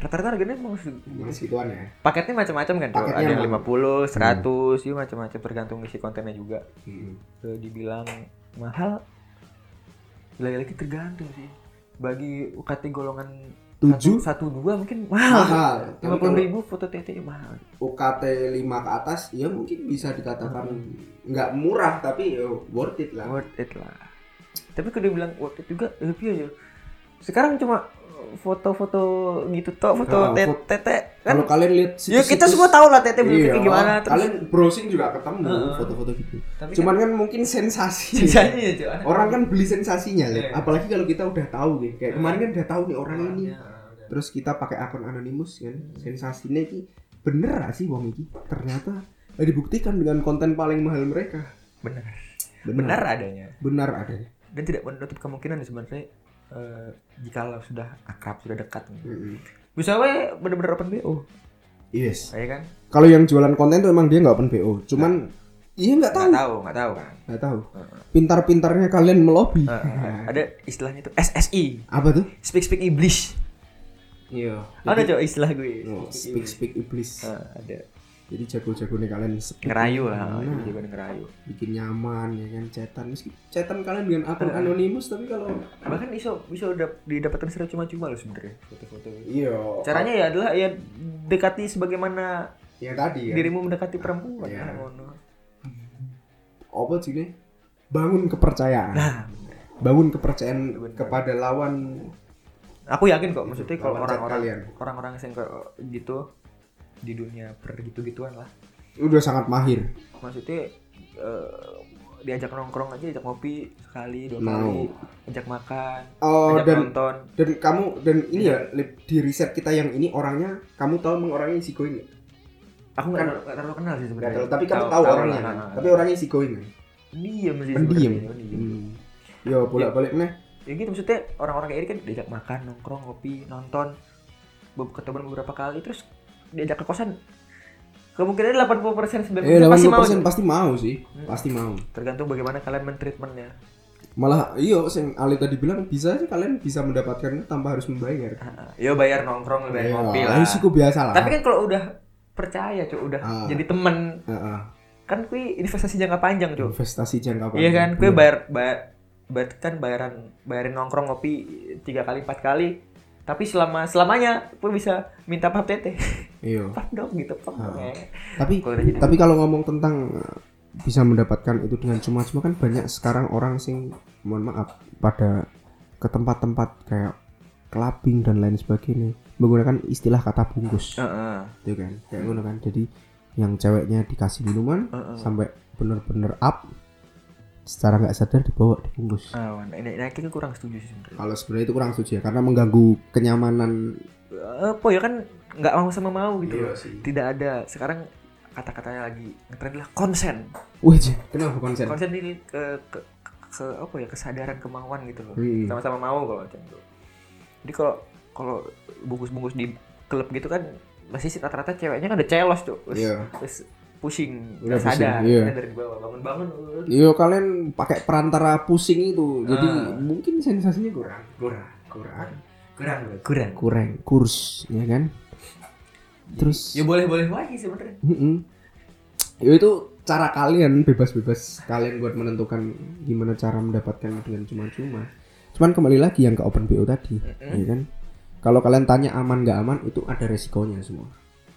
Speaker 2: Rata-rata harganya mau se-
Speaker 1: Mahal segituan ya.
Speaker 2: paketnya macam-macam kan, Cok.
Speaker 1: Paketnya
Speaker 2: ada yang
Speaker 1: emang. Hmm.
Speaker 2: 50, 100, ya macam-macam tergantung isi kontennya juga.
Speaker 1: Mm-mm.
Speaker 2: Kalau dibilang mahal lagi-lagi tergantung sih. Bagi UKT golongan
Speaker 1: Tujuh
Speaker 2: satu satu, dua mungkin mahal.
Speaker 1: mahal.
Speaker 2: Lima
Speaker 1: Tapi
Speaker 2: puluh
Speaker 1: kalau
Speaker 2: ribu foto TT mahal.
Speaker 1: UKT 5 ke atas ya mungkin bisa dikatakan nggak murah tapi ya worth it lah.
Speaker 2: Worth it lah. Tapi kalau dibilang worth it juga, eh, iya ya. Sekarang cuma foto-foto gitu toh,
Speaker 1: Ah,
Speaker 2: foto T-
Speaker 1: foto-
Speaker 2: TT kan.
Speaker 1: Kalau kalian lihat
Speaker 2: Ya
Speaker 1: situs-
Speaker 2: kita
Speaker 1: situs-
Speaker 2: semua tahu lah TT bentuknya
Speaker 1: Iya,
Speaker 2: gimana terus.
Speaker 1: kalian browsing juga ketemu
Speaker 2: Heeh.
Speaker 1: foto-foto gitu.
Speaker 2: Tapi
Speaker 1: Cuman kan mungkin sensasi.
Speaker 2: sisanya ya, Cok. Aneh.
Speaker 1: Iya, Orang kan beli sensasinya, Lip.
Speaker 2: Iya.
Speaker 1: apalagi kalau kita udah tahu gitu. Kayak
Speaker 2: Iya.
Speaker 1: kemarin kan udah tahu nih orang ini.
Speaker 2: Orangnya, udah.
Speaker 1: Terus kita pakai akun anonimus kan. Sensasinya ini bener gak sih wong iki? Ternyata eh, dibuktikan dengan konten paling mahal mereka.
Speaker 2: Benar. Benar
Speaker 1: Benar.
Speaker 2: adanya.
Speaker 1: Benar adanya.
Speaker 2: Dan tidak menutup kemungkinan sebenarnya eh jika sudah akrab, sudah dekat.
Speaker 1: Mm-mm.
Speaker 2: Bisa we bener-bener open BO,
Speaker 1: Yes.
Speaker 2: ya kan?
Speaker 1: kalau yang jualan konten tuh emang dia nggak open BO cuman iya nggak tahu
Speaker 2: Enggak Nah. tahu, enggak tahu kan.
Speaker 1: nggak tahu
Speaker 2: Heeh.
Speaker 1: pintar-pintarnya kalian melobi
Speaker 2: Eh, eh, ada istilahnya tuh SSI,
Speaker 1: apa tuh
Speaker 2: speak speak iblis
Speaker 1: iya
Speaker 2: ada cok istilah gue
Speaker 1: Oh, speak speak iblis
Speaker 2: Eh, ada
Speaker 1: jadi jago-jago nih kalian speak
Speaker 2: ngerayu lah
Speaker 1: Nah,
Speaker 2: juga ngerayu
Speaker 1: bikin nyaman ya kan cetan meski cetan kalian dengan akun anonimus tapi kalau
Speaker 2: bahkan iso bisa udah didapatkan secara cuma-cuma loh sebenarnya foto-foto
Speaker 1: iya
Speaker 2: caranya ya adalah ya dekati sebagaimana
Speaker 1: yang tadi ya
Speaker 2: dirimu mendekati perempuan
Speaker 1: Iya.
Speaker 2: kan, ngono.
Speaker 1: apa sih nih bangun kepercayaan
Speaker 2: nah
Speaker 1: bangun kepercayaan
Speaker 2: Bener.
Speaker 1: kepada lawan
Speaker 2: aku yakin kok maksudnya kalau
Speaker 1: lawan chat
Speaker 2: orang-orang
Speaker 1: kalian
Speaker 2: orang-orang yang kayak gitu di dunia per gitu gituan lah
Speaker 1: udah sangat mahir
Speaker 2: maksudnya eh, diajak nongkrong aja diajak ngopi sekali dua
Speaker 1: Mau.
Speaker 2: kali ajak makan
Speaker 1: oh
Speaker 2: ajak
Speaker 1: dan
Speaker 2: nonton
Speaker 1: dan kamu dan ini
Speaker 2: Iya.
Speaker 1: ya Lip, di riset kita yang ini orangnya kamu tahu emang orangnya si Going nggak?
Speaker 2: aku nggak terlalu, nggak terlalu kenal
Speaker 1: kan
Speaker 2: sih
Speaker 1: Nggak
Speaker 2: sebenarnya
Speaker 1: tahu, tapi kamu tahu, orangnya
Speaker 2: lah,
Speaker 1: kan?
Speaker 2: nah,
Speaker 1: tapi orangnya si Going kan?
Speaker 2: pendiam
Speaker 1: pendiam
Speaker 2: sih sebenarnya, iya, pendiam.
Speaker 1: hmm. yo bolak balik nih
Speaker 2: ya gitu maksudnya orang-orang kayak ini kan diajak makan nongkrong ngopi nonton be- ketemu beberapa kali terus diajak ke kosan kemungkinan 80 persen
Speaker 1: eh
Speaker 2: 90 pasti mau
Speaker 1: 80% pasti mau sih
Speaker 2: Hmm.
Speaker 1: pasti mau
Speaker 2: tergantung bagaimana kalian mentreatmentnya
Speaker 1: malah iyo sing Ali tadi bilang bisa aja kalian bisa mendapatkannya tanpa harus membayar
Speaker 2: yo bayar nongkrong bayar
Speaker 1: Iya,
Speaker 2: ngopi lah
Speaker 1: lah sih kok biasa lah
Speaker 2: tapi kan kalau udah percaya cuy udah
Speaker 1: Ah.
Speaker 2: jadi temen
Speaker 1: Heeh,
Speaker 2: kan kui investasi jangka panjang cuy
Speaker 1: investasi jangka panjang
Speaker 2: Iya kan, gue
Speaker 1: Iya.
Speaker 2: bayar bayar bayar- kan bayaran bayarin nongkrong ngopi tiga kali empat kali, tapi selama selamanya gue bisa minta pap tete,
Speaker 1: iyo
Speaker 2: pap dong gitu, pap dong
Speaker 1: Ah.
Speaker 2: ya.
Speaker 1: tapi
Speaker 2: Kalau udah jadi-
Speaker 1: tapi kalau ngomong tentang eh, bisa mendapatkan itu dengan cuma-cuma kan banyak sekarang orang sing mohon maaf pada ke tempat-tempat kayak clubbing dan lain sebagainya menggunakan istilah kata bungkus
Speaker 2: Heeh,
Speaker 1: gitu kan kayak ngono kan jadi yang ceweknya dikasih minuman
Speaker 2: heeh.
Speaker 1: sampai bener-bener up secara nggak sadar dibawa dibungkus
Speaker 2: Ah, nah, ini nah, ini kurang setuju sih sebenarnya.
Speaker 1: kalau sebenarnya itu kurang setuju ya karena mengganggu kenyamanan
Speaker 2: Apa ya kan nggak mau sama mau gitu. loh.
Speaker 1: sih
Speaker 2: Tidak ada sekarang kata-katanya lagi ngetrend lah konsen.
Speaker 1: wih Jay, kenapa konsen
Speaker 2: Konsen ini ke, ke, ke apa ya kesadaran kemauan gitu loh.
Speaker 1: Hmm.
Speaker 2: sama-sama mau kalau macam itu. Jadi kalau kalau bungkus-bungkus di klub gitu kan masih sih rata-rata ceweknya kan udah celos tuh, terus,
Speaker 1: Iya.
Speaker 2: terus pusing,
Speaker 1: Udah
Speaker 2: udah
Speaker 1: pusing,
Speaker 2: sadar,
Speaker 1: iya.
Speaker 2: sadar di bawah bangun-bangun. uh,
Speaker 1: Yo kalian pakai perantara pusing itu, jadi
Speaker 2: Ah.
Speaker 1: mungkin sensasinya kurang, kurang, kurang,
Speaker 2: Kurang, kurang.
Speaker 1: kurang, kurs, ya kan? Terus,
Speaker 2: Ya boleh-boleh lagi sebenarnya.
Speaker 1: Mm-mm. Yo, itu cara kalian bebas-bebas kalian buat menentukan gimana cara mendapatkan dengan cuma-cuma. Cuman kembali lagi yang ke open bo tadi,
Speaker 2: Mm-mm.
Speaker 1: ya kan? Kalau kalian tanya aman nggak aman itu ada resikonya semua.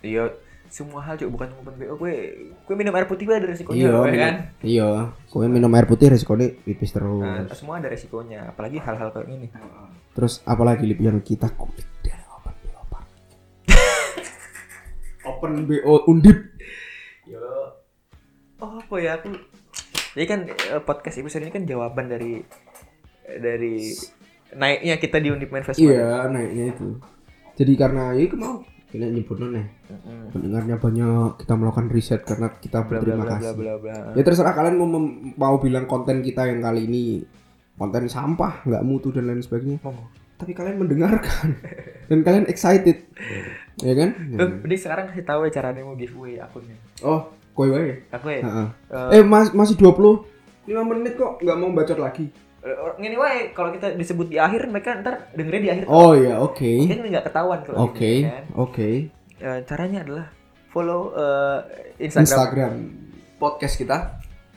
Speaker 2: Iya, semua hal cuy bukan cuma BO gue gue minum air putih gue ada resikonya
Speaker 1: iya
Speaker 2: ya
Speaker 1: minum-
Speaker 2: kan
Speaker 1: iya kowe minum air putih resikonya pipis
Speaker 2: Nah,
Speaker 1: terus
Speaker 2: semua ada resikonya apalagi hal-hal kayak gini
Speaker 1: terus apalagi liburan kita kulit dari open bo Pak. open bo undip
Speaker 2: Yo. Oh, apa ya aku? Jadi kan eh, podcast episode ini kan jawaban dari dari naiknya kita di Undip Main Festival.
Speaker 1: iya naiknya itu jadi karena ya itu mau kita nyebut nih
Speaker 2: Mm-mm.
Speaker 1: pendengarnya banyak kita melakukan riset karena kita
Speaker 2: Bla bla
Speaker 1: berterima
Speaker 2: bla bla
Speaker 1: kasih
Speaker 2: bla bla.
Speaker 1: ya terserah kalian mau mem- mau bilang konten kita yang kali ini konten sampah nggak mutu dan lain sebagainya
Speaker 2: Ngomong.
Speaker 1: tapi kalian mendengarkan dan kalian excited
Speaker 2: Hmm.
Speaker 1: ya kan
Speaker 2: Tuh, jadi sekarang kasih tahu ya caranya mau giveaway akunnya.
Speaker 1: oh kowe wae
Speaker 2: Aku ya.
Speaker 1: Heeh.
Speaker 2: eh,
Speaker 1: eh mas, masih 20 5 menit kok nggak mau bacot lagi
Speaker 2: eh, Gini wae kalau kita disebut di akhir mereka ntar dengerin di akhir.
Speaker 1: oh ya oke
Speaker 2: Mungkin nggak ketahuan kalau
Speaker 1: oke
Speaker 2: gini, kan?
Speaker 1: oke
Speaker 2: Eh, caranya adalah follow eh, Instagram,
Speaker 1: Instagram podcast kita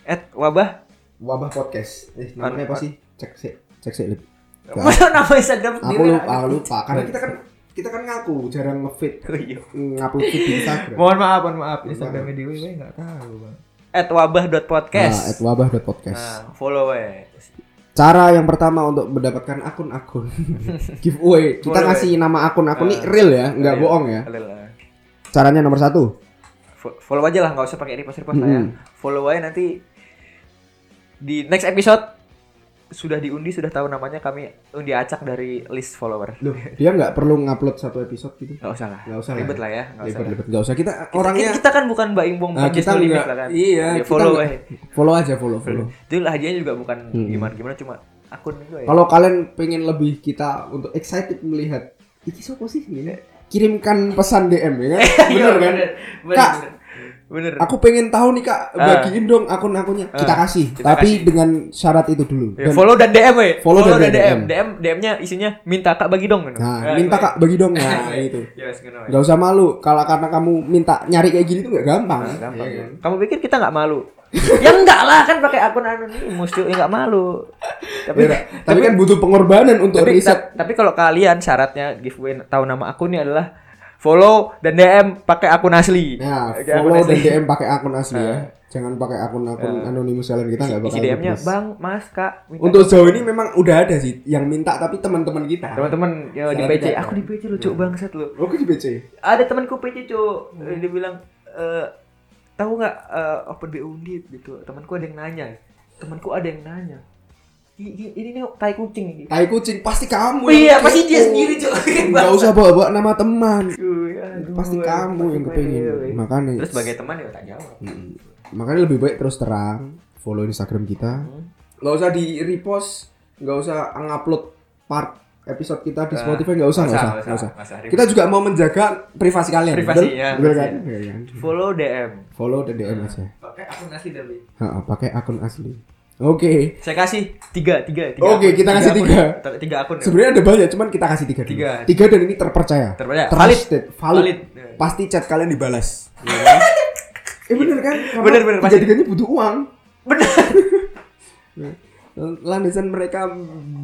Speaker 2: at wabah.
Speaker 1: wabah podcast eh, namanya apa sih cek sih cek sih Lip. Gak.
Speaker 2: Masa nama Instagram
Speaker 1: aku
Speaker 2: sendiri?
Speaker 1: lupa aku lupa karena kita kan kita kan ngaku jarang ngefit
Speaker 2: Oh, iya.
Speaker 1: ngupload feed di Instagram
Speaker 2: Mohon maaf, mohon maaf.
Speaker 1: Mohon
Speaker 2: Instagramnya Dewi gue E nggak tahu bang. At wabah.podcast.
Speaker 1: Nah, wabah podcast
Speaker 2: Nah, follow we.
Speaker 1: cara yang pertama untuk mendapatkan akun-akun giveaway kita
Speaker 2: Boleh.
Speaker 1: ngasih nama akun-akun ini
Speaker 2: Ah.
Speaker 1: real ya nggak
Speaker 2: Real.
Speaker 1: bohong ya
Speaker 2: Halil, eh.
Speaker 1: caranya nomor satu
Speaker 2: Fo- Follow aja lah, nggak usah pakai repost repost lah ya.
Speaker 1: Mm.
Speaker 2: Follow aja nanti di next episode sudah diundi sudah tahu namanya kami undi acak dari list follower.
Speaker 1: Loh, dia nggak perlu ngupload satu episode gitu
Speaker 2: Nggak usah lah.
Speaker 1: nggak usah
Speaker 2: Ribet lah ya, nggak usah.
Speaker 1: ribet nggak usah kita
Speaker 2: Kita-
Speaker 1: orangnya
Speaker 2: kita, kan bukan Mbak Imbong
Speaker 1: Ah,
Speaker 2: Mbak
Speaker 1: kita
Speaker 2: Gisno Limit
Speaker 1: nggak-
Speaker 2: lah kan.
Speaker 1: iya,
Speaker 2: Ya,
Speaker 1: kita
Speaker 2: follow
Speaker 1: nggak-
Speaker 2: we.
Speaker 1: follow aja follow follow
Speaker 2: Itu lah hadiahnya juga bukan
Speaker 1: Mm.
Speaker 2: gimana gimana cuma akun ya. gue.
Speaker 1: kalau kalian pengen lebih kita untuk excited melihat iki siapa sih ini kirimkan pesan DM ya kan bener kan
Speaker 2: Eh. Iya, Bener.
Speaker 1: Kak.
Speaker 2: Bener.
Speaker 1: aku pengen tahu nih kak
Speaker 2: Ah.
Speaker 1: bagiin dong akun-akunnya kita
Speaker 2: Ah,
Speaker 1: kasih
Speaker 2: kita
Speaker 1: tapi dengan syarat itu dulu
Speaker 2: Ya,
Speaker 1: Dan-
Speaker 2: follow dan DM ya.
Speaker 1: Follow dan
Speaker 2: DM.
Speaker 1: DM.
Speaker 2: DM DM-nya isinya minta Kak bagi dong. gitu.
Speaker 1: nah
Speaker 2: Ya,
Speaker 1: minta
Speaker 2: gue-
Speaker 1: kak bagi dong nah itu
Speaker 2: Ya, wes, ngono, wes.
Speaker 1: nggak usah malu kalau karena kamu minta nyari kayak gini tuh nggak gampang,
Speaker 2: Nah, gampang.
Speaker 1: Iya kan?
Speaker 2: Kamu pikir kita nggak malu? ya enggak lah kan pakai akun anonimus cuy, ya nggak malu. Tapi
Speaker 1: Iya, tapi, kan butuh pengorbanan untuk
Speaker 2: tapi,
Speaker 1: riset
Speaker 2: ta- tapi kalau kalian syaratnya giveaway tahu nama akunnya adalah follow dan DM pakai akun asli.
Speaker 1: nah
Speaker 2: Oke, akun
Speaker 1: follow
Speaker 2: asli.
Speaker 1: dan DM pakai akun asli ya jangan pakai akun akun anonimus kalian kita nggak
Speaker 2: Ya. Isi
Speaker 1: bakal
Speaker 2: DM-nya
Speaker 1: nge-blast.
Speaker 2: Bang, Mas, Kak, minta-
Speaker 1: untuk sejauh ini memang udah ada sih yang minta tapi teman-teman kita
Speaker 2: teman-teman ya, di
Speaker 1: Salah
Speaker 2: PC.
Speaker 1: tidak, Ya.
Speaker 2: Aku di PC lucu bangsat lu.
Speaker 1: oke di BC
Speaker 2: ada temanku PC cu Eh,
Speaker 1: Hmm.
Speaker 2: dia bilang eh tahu nggak eh, open BU undip gitu temanku ada yang nanya temanku ada yang nanya "I- i- ini nih tai kucing ini
Speaker 1: tai kucing pasti kamu
Speaker 2: Oh
Speaker 1: yang
Speaker 2: iya, pasti dia
Speaker 1: kepo.
Speaker 2: sendiri, Cuk.
Speaker 1: nggak usah bawa bawa nama teman
Speaker 2: Cuy, aduh, ya
Speaker 1: pasti kamu
Speaker 2: pasti
Speaker 1: yang
Speaker 2: gue,
Speaker 1: kepingin
Speaker 2: iya, iya.
Speaker 1: makanya
Speaker 2: terus sebagai teman ya tak jawab
Speaker 1: Mm-mm. makanya lebih baik terus terang follow Instagram kita
Speaker 2: Hmm.
Speaker 1: nggak usah di repost nggak usah ngupload part episode kita di
Speaker 2: Nah,
Speaker 1: Spotify nggak usah nggak usah nggak usah
Speaker 2: nggak usah.
Speaker 1: kita juga mau menjaga privasi kalian
Speaker 2: Privasi,
Speaker 1: betul?
Speaker 2: ya,
Speaker 1: Betul
Speaker 2: privasi,
Speaker 1: kan?
Speaker 2: ya.
Speaker 1: Iya kan?
Speaker 2: follow DM
Speaker 1: follow dan DM aja
Speaker 2: pakai akun asli dari
Speaker 1: Ha, pakai akun asli oke
Speaker 2: saya kasih tiga tiga tiga
Speaker 1: Oke,
Speaker 2: akun,
Speaker 1: kita kasih
Speaker 2: akun.
Speaker 1: tiga.
Speaker 2: Ter- tiga akun ya.
Speaker 1: sebenarnya ada banyak cuman kita kasih tiga dulu.
Speaker 2: Tiga.
Speaker 1: tiga dan ini terpercaya
Speaker 2: Terpercaya.
Speaker 1: Trusted. valid,
Speaker 2: Valid.
Speaker 1: pasti chat kalian dibalas Iya kan? eh bener kan Karena
Speaker 2: Bener, bener, pasti.
Speaker 1: kejadiannya butuh uang
Speaker 2: bener
Speaker 1: Nah, landasan mereka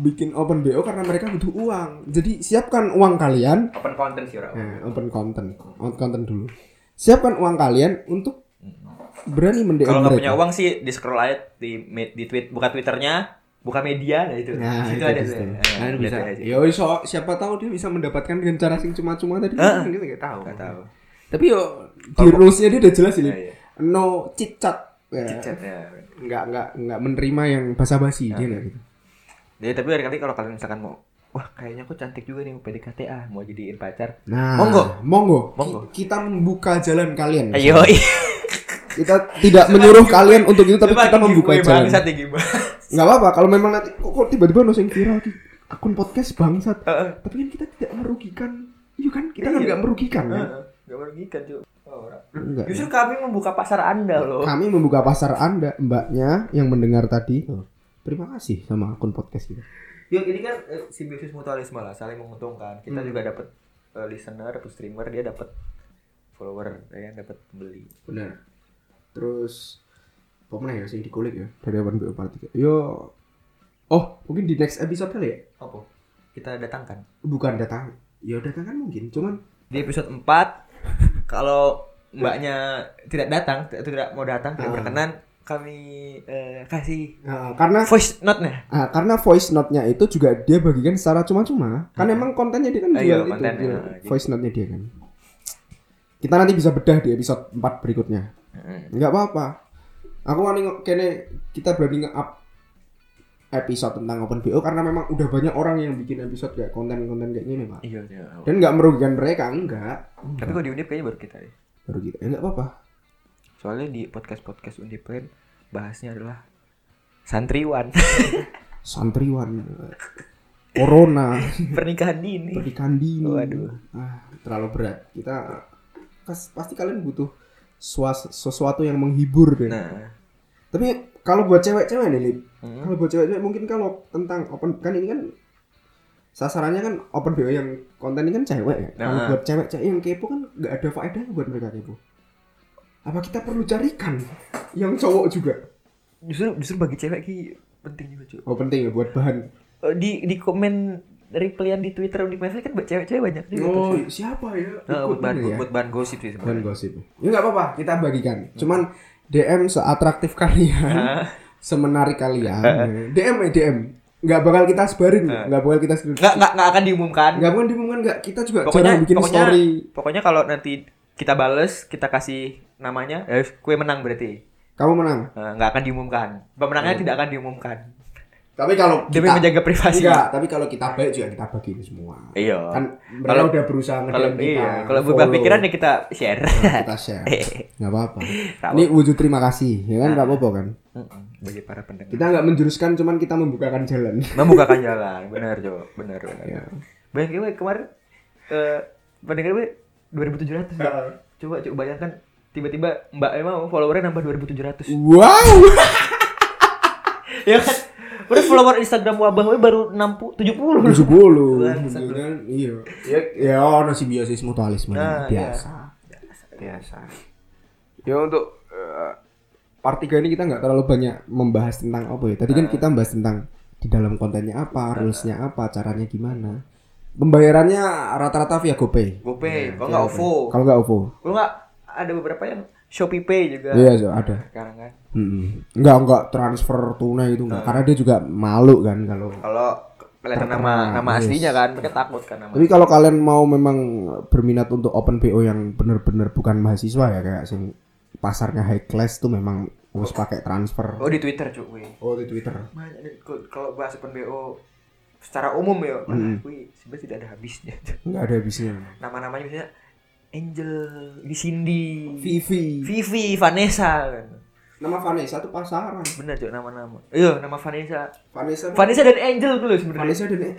Speaker 1: bikin open bo karena mereka butuh uang jadi siapkan uang kalian
Speaker 2: open content sih orang
Speaker 1: Nah, open content, open content dulu. Siapkan uang kalian untuk berani mendm
Speaker 2: Kalau nggak
Speaker 1: mereka.
Speaker 2: punya uang sih di scroll aja di med- di tweet buka twitternya buka media nah itu
Speaker 1: Nah,
Speaker 2: Situ
Speaker 1: itu
Speaker 2: ada
Speaker 1: di
Speaker 2: tuh.
Speaker 1: situ.
Speaker 2: Eh,
Speaker 1: Kalian
Speaker 2: lihat
Speaker 1: bisa. Iya.
Speaker 2: aja.
Speaker 1: Yo, so, siapa tahu dia bisa mendapatkan dengan cara sing cuma-cuma tadi.
Speaker 2: Ah.
Speaker 1: Kita nggak tahu.
Speaker 2: nggak tahu
Speaker 1: Tapi yo di rules-nya dia udah jelas ini.
Speaker 2: Iya, iya.
Speaker 1: No chit chat. Ya,
Speaker 2: Cicat, ya.
Speaker 1: Nggak nggak nggak menerima yang basa-basi
Speaker 2: Nah.
Speaker 1: dia nggak gitu.
Speaker 2: jadi tapi dari nanti kalau kalian misalkan mau wah kayaknya aku cantik juga nih mau PDKT ah mau jadiin pacar
Speaker 1: Nah,
Speaker 2: Monggo.
Speaker 1: monggo.
Speaker 2: Monggo. Eh, iya,
Speaker 1: Ki- Kita membuka jalan kalian.
Speaker 2: ayo
Speaker 1: Kita tidak menyuruh kalian untuk itu, tapi kita membuka jalan.
Speaker 2: bangsat ya gimana
Speaker 1: nggak apa-apa kalau memang nanti kok, kok tiba-tiba no yang viral di akun podcast bangsat
Speaker 2: Heeh.
Speaker 1: tapi kan kita tidak merugikan iya Ah, kan kita kan
Speaker 2: Iya.
Speaker 1: nggak merugikan kan
Speaker 2: nggak merugikan cuy Oh, orang.
Speaker 1: Enggak.
Speaker 2: justru kami membuka pasar anda loh
Speaker 1: kami membuka pasar anda mbaknya yang mendengar tadi Tuh, terima kasih sama akun podcast kita
Speaker 2: Ya, ini kan eh, simbiosis mutualisme lah, saling menguntungkan. Kita
Speaker 1: Hmm.
Speaker 2: juga dapat eh, listener, dapat streamer, dia dapat follower, ya kan dapat pembeli.
Speaker 1: benar terus apa mana ya sih dikulik ya dari abang BO part 3 yo oh mungkin di next episode kali ya
Speaker 2: Apa? Kita kan. datangkan.
Speaker 1: kan bukan datang ya datang kan mungkin cuman
Speaker 2: Di episode 4 kalau mbaknya tidak datang, tidak- tidak mau datang, tidak
Speaker 1: Ah.
Speaker 2: berkenan, kami eh, kasih
Speaker 1: Nah, karena
Speaker 2: voice note-nya.
Speaker 1: ah, karena voice note-nya itu juga dia bagikan secara cuma-cuma. Kan
Speaker 2: Hmm.
Speaker 1: emang kontennya dia kan
Speaker 2: Ah,
Speaker 1: jual
Speaker 2: iya,
Speaker 1: itu,
Speaker 2: kontennya,
Speaker 1: jual
Speaker 2: ah, gitu.
Speaker 1: voice note-nya dia kan. Kita nanti bisa bedah di episode 4 berikutnya.
Speaker 2: Heeh.
Speaker 1: nggak apa-apa aku wani nge- kene kita berani nge-up episode tentang open BO karena memang udah banyak orang yang bikin episode kayak konten-konten kayak gini pak
Speaker 2: Iya, iya. awal.
Speaker 1: dan nggak merugikan mereka enggak
Speaker 2: Tapi kok di Undip kayaknya baru kita ya.
Speaker 1: baru gitu ya, nggak apa-apa
Speaker 2: Soalnya di podcast-podcast Undip lain bahasnya adalah santriwan,
Speaker 1: santriwan eh, corona
Speaker 2: pernikahan dini.
Speaker 1: pernikahan dini
Speaker 2: Waduh.
Speaker 1: ah, terlalu berat kita kas- pasti kalian butuh suas- sesuatu yang menghibur deh
Speaker 2: Nah,
Speaker 1: tapi kalau buat cewek-cewek nih Lip,
Speaker 2: hmm.
Speaker 1: Kalau buat cewek-cewek mungkin kalau tentang open kan ini kan sasarannya kan open BO yang konten ini kan cewek ya. Kalau
Speaker 2: Nah.
Speaker 1: buat cewek-cewek yang kepo kan nggak ada faedahnya buat mereka kepo. Apa kita perlu carikan yang cowok juga?
Speaker 2: justru justru bagi cewek ki penting juga, cuy.
Speaker 1: Oh penting ya buat bahan.
Speaker 2: Eh, di di komen replyan di Twitter Undip Mevri kan cewek-cewek banyak juga. tuh,
Speaker 1: Oh
Speaker 2: cuy.
Speaker 1: siapa ya?
Speaker 2: Nah, buat
Speaker 1: Ikut
Speaker 2: bahan
Speaker 1: ini ya.
Speaker 2: buat bahan gosip sih
Speaker 1: Bahan
Speaker 2: sebenarnya.
Speaker 1: gosip. Ya nggak apa-apa, kita bagikan.
Speaker 2: Hmm.
Speaker 1: Cuman DM seatraktif kalian,
Speaker 2: Hah?
Speaker 1: semenarik
Speaker 2: Ah.
Speaker 1: kalian. DM ya DM. Nggak bakal kita sebarin, nggak bakal kita sebarin.
Speaker 2: nggak nggak nggak akan diumumkan.
Speaker 1: Nggak bukan diumumkan nggak. Kita juga
Speaker 2: Ah. Pokoknya
Speaker 1: jarang bikin
Speaker 2: pokoknya
Speaker 1: story.
Speaker 2: pokoknya kalau nanti kita bales kita kasih namanya, eh, kue menang berarti
Speaker 1: Kamu menang.
Speaker 2: Eh, nggak akan diumumkan.
Speaker 1: Oh.
Speaker 2: Pemenangnya tidak akan diumumkan
Speaker 1: Tapi kalau
Speaker 2: demi
Speaker 1: kita
Speaker 2: menjaga privasi.
Speaker 1: enggak, tapi kalau kita baik juga kita bagi ini semua.
Speaker 2: Iya.
Speaker 1: Kan mereka
Speaker 2: Kalau-
Speaker 1: udah berusaha
Speaker 2: Kalau
Speaker 1: ngerti kita.
Speaker 2: iya, kalau berubah
Speaker 1: follow, Nah,
Speaker 2: pikiran ya kita share.
Speaker 1: kita share. Enggak apa-apa.
Speaker 2: Tahu.
Speaker 1: Ini wujud terima kasih, ya kan
Speaker 2: Ah.
Speaker 1: enggak apa-apa kan.
Speaker 2: Mm-mm, Bagi para pendengar.
Speaker 1: Kita enggak menjuruskan cuman kita membukakan jalan.
Speaker 2: Membukakan jalan, benar Jo, benar benar.
Speaker 1: Ya.
Speaker 2: Banyak gue kemarin eh pendengar gue 2700. Jo. Coba coba bayangkan tiba-tiba Mbak Emma followernya nambah 2700.
Speaker 1: Wow.
Speaker 2: ya kan udah follower Instagram wabah gue baru 60
Speaker 1: 70.
Speaker 2: 70 Bangsat,
Speaker 1: Gitu kan? Iya. Ya ya ono simbiosis mutualisme
Speaker 2: Nah,
Speaker 1: biasa.
Speaker 2: biasa
Speaker 1: Ya untuk eh, part 3 ini kita nggak terlalu banyak membahas tentang apa ya. Tadi
Speaker 2: Nah.
Speaker 1: kan kita bahas tentang di dalam kontennya apa, rules-nya apa, caranya gimana. Pembayarannya rata-rata via GoPay.
Speaker 2: GoPay kalau nggak OVO
Speaker 1: Kalau nggak OVO.
Speaker 2: kalau nggak ada beberapa yang Shopee Pay juga
Speaker 1: Iya, so, ada.
Speaker 2: sekarang kan
Speaker 1: Mm-mm. Nggak, nggak transfer tunai itu nggak.
Speaker 2: Nah.
Speaker 1: Karena dia juga malu kan kalau.
Speaker 2: kalau kelihatan nama nama aslinya kan mereka takut kan nama
Speaker 1: Tapi kalau kalian mau memang berminat untuk open BO yang bener-bener bukan mahasiswa ya kayak sing pasarnya high class tuh memang harus pakai transfer.
Speaker 2: oh di Twitter cuy wih.
Speaker 1: Oh di Twitter.
Speaker 2: banyak nih, kalau- kalau bahas open BO secara umum ya
Speaker 1: Mm-hmm.
Speaker 2: mana wih sebenarnya tidak ada habisnya
Speaker 1: Nggak ada habisnya.
Speaker 2: nama-namanya misalnya Angel di Cindy
Speaker 1: Vivi.
Speaker 2: Vivi Vanessa kan
Speaker 1: Nama Vanessa tuh pasaran.
Speaker 2: bener cuy nama-nama iya nama Vanessa
Speaker 1: Vanessa.
Speaker 2: Vanessa dan Angel dulu sebenarnya
Speaker 1: Vanessa dan eh,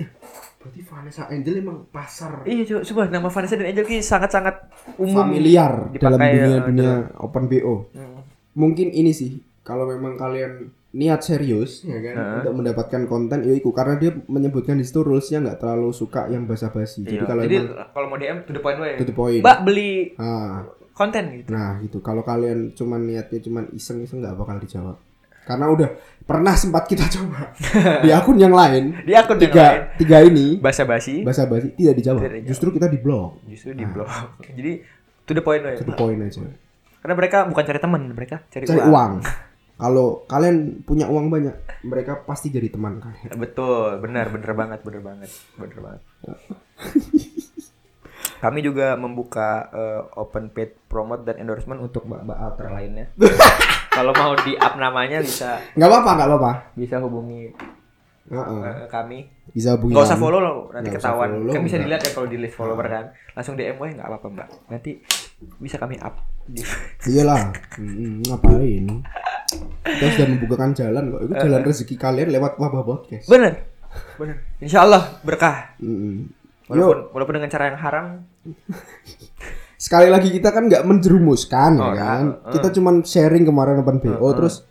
Speaker 1: berarti Vanessa Angel emang pasar
Speaker 2: Iya coba, coba nama Vanessa dan Angel ki sangat-sangat umum.
Speaker 1: familiar
Speaker 2: Dipakai,
Speaker 1: dalam
Speaker 2: ya,
Speaker 1: dunia-dunia open BO.
Speaker 2: Hmm.
Speaker 1: Mungkin ini sih kalau memang kalian niat serius ya kan
Speaker 2: Heeh.
Speaker 1: untuk mendapatkan konten ya iku karena dia menyebutkan di situ rulesnya nggak terlalu suka yang basa-basi.
Speaker 2: Iya.
Speaker 1: Jadi kalau
Speaker 2: Jadi
Speaker 1: emang
Speaker 2: kalau mau DM to the point
Speaker 1: to
Speaker 2: way.
Speaker 1: the point.
Speaker 2: Mbak beli
Speaker 1: Ah,
Speaker 2: konten gitu.
Speaker 1: nah gitu. Kalau kalian cuman niatnya cuman iseng-iseng nggak bakal dijawab. Karena udah pernah sempat kita coba di akun yang lain
Speaker 2: Di akun yang
Speaker 1: tiga
Speaker 2: lain
Speaker 1: tiga ini
Speaker 2: bahasa basi
Speaker 1: basa-basi tidak dijawab.
Speaker 2: Tidak dijawab.
Speaker 1: Justru kita di blog.
Speaker 2: justru di blog. Jadi to the point way.
Speaker 1: Ah. To the point aja.
Speaker 2: Karena mereka bukan cari teman, mereka cari,
Speaker 1: cari
Speaker 2: uang.
Speaker 1: uang. Kalau kalian punya uang banyak, mereka pasti jadi teman kalian.
Speaker 2: Betul, benar, benar banget, benar banget, benar banget. Kami juga membuka eh, open paid promote dan endorsement untuk mbak-mbak alter lainnya. Kalau mau di up namanya bisa
Speaker 1: Nggak apa-apa, nggak apa-apa.
Speaker 2: bisa hubungi
Speaker 1: Heeh.
Speaker 2: eh, kami
Speaker 1: Bisa hubungi.
Speaker 2: Gak usah
Speaker 1: kami.
Speaker 2: follow loh, nanti
Speaker 1: Iya. Nggak usah
Speaker 2: ketahuan.
Speaker 1: follow,
Speaker 2: kan bisa
Speaker 1: nggak. Ah.
Speaker 2: dilihat ya kalau di list follower kan. Langsung DM gue nggak apa-apa mbak. Nanti bisa kami up. di-
Speaker 1: Iyalah. Iya Mm-mm, ngapain? Kita sudah membukakan jalan kok. Itu jalan rezeki kalian lewat wabah podcast.
Speaker 2: Bener, bener. Insya Allah berkah.
Speaker 1: Mm-mm. Yuk,
Speaker 2: Walaupun walaupun dengan cara yang haram.
Speaker 1: sekali lagi kita kan nggak menjerumuskan ya
Speaker 2: Oh,
Speaker 1: kan.
Speaker 2: nah,
Speaker 1: Kita cuman sharing kemarin open BO terus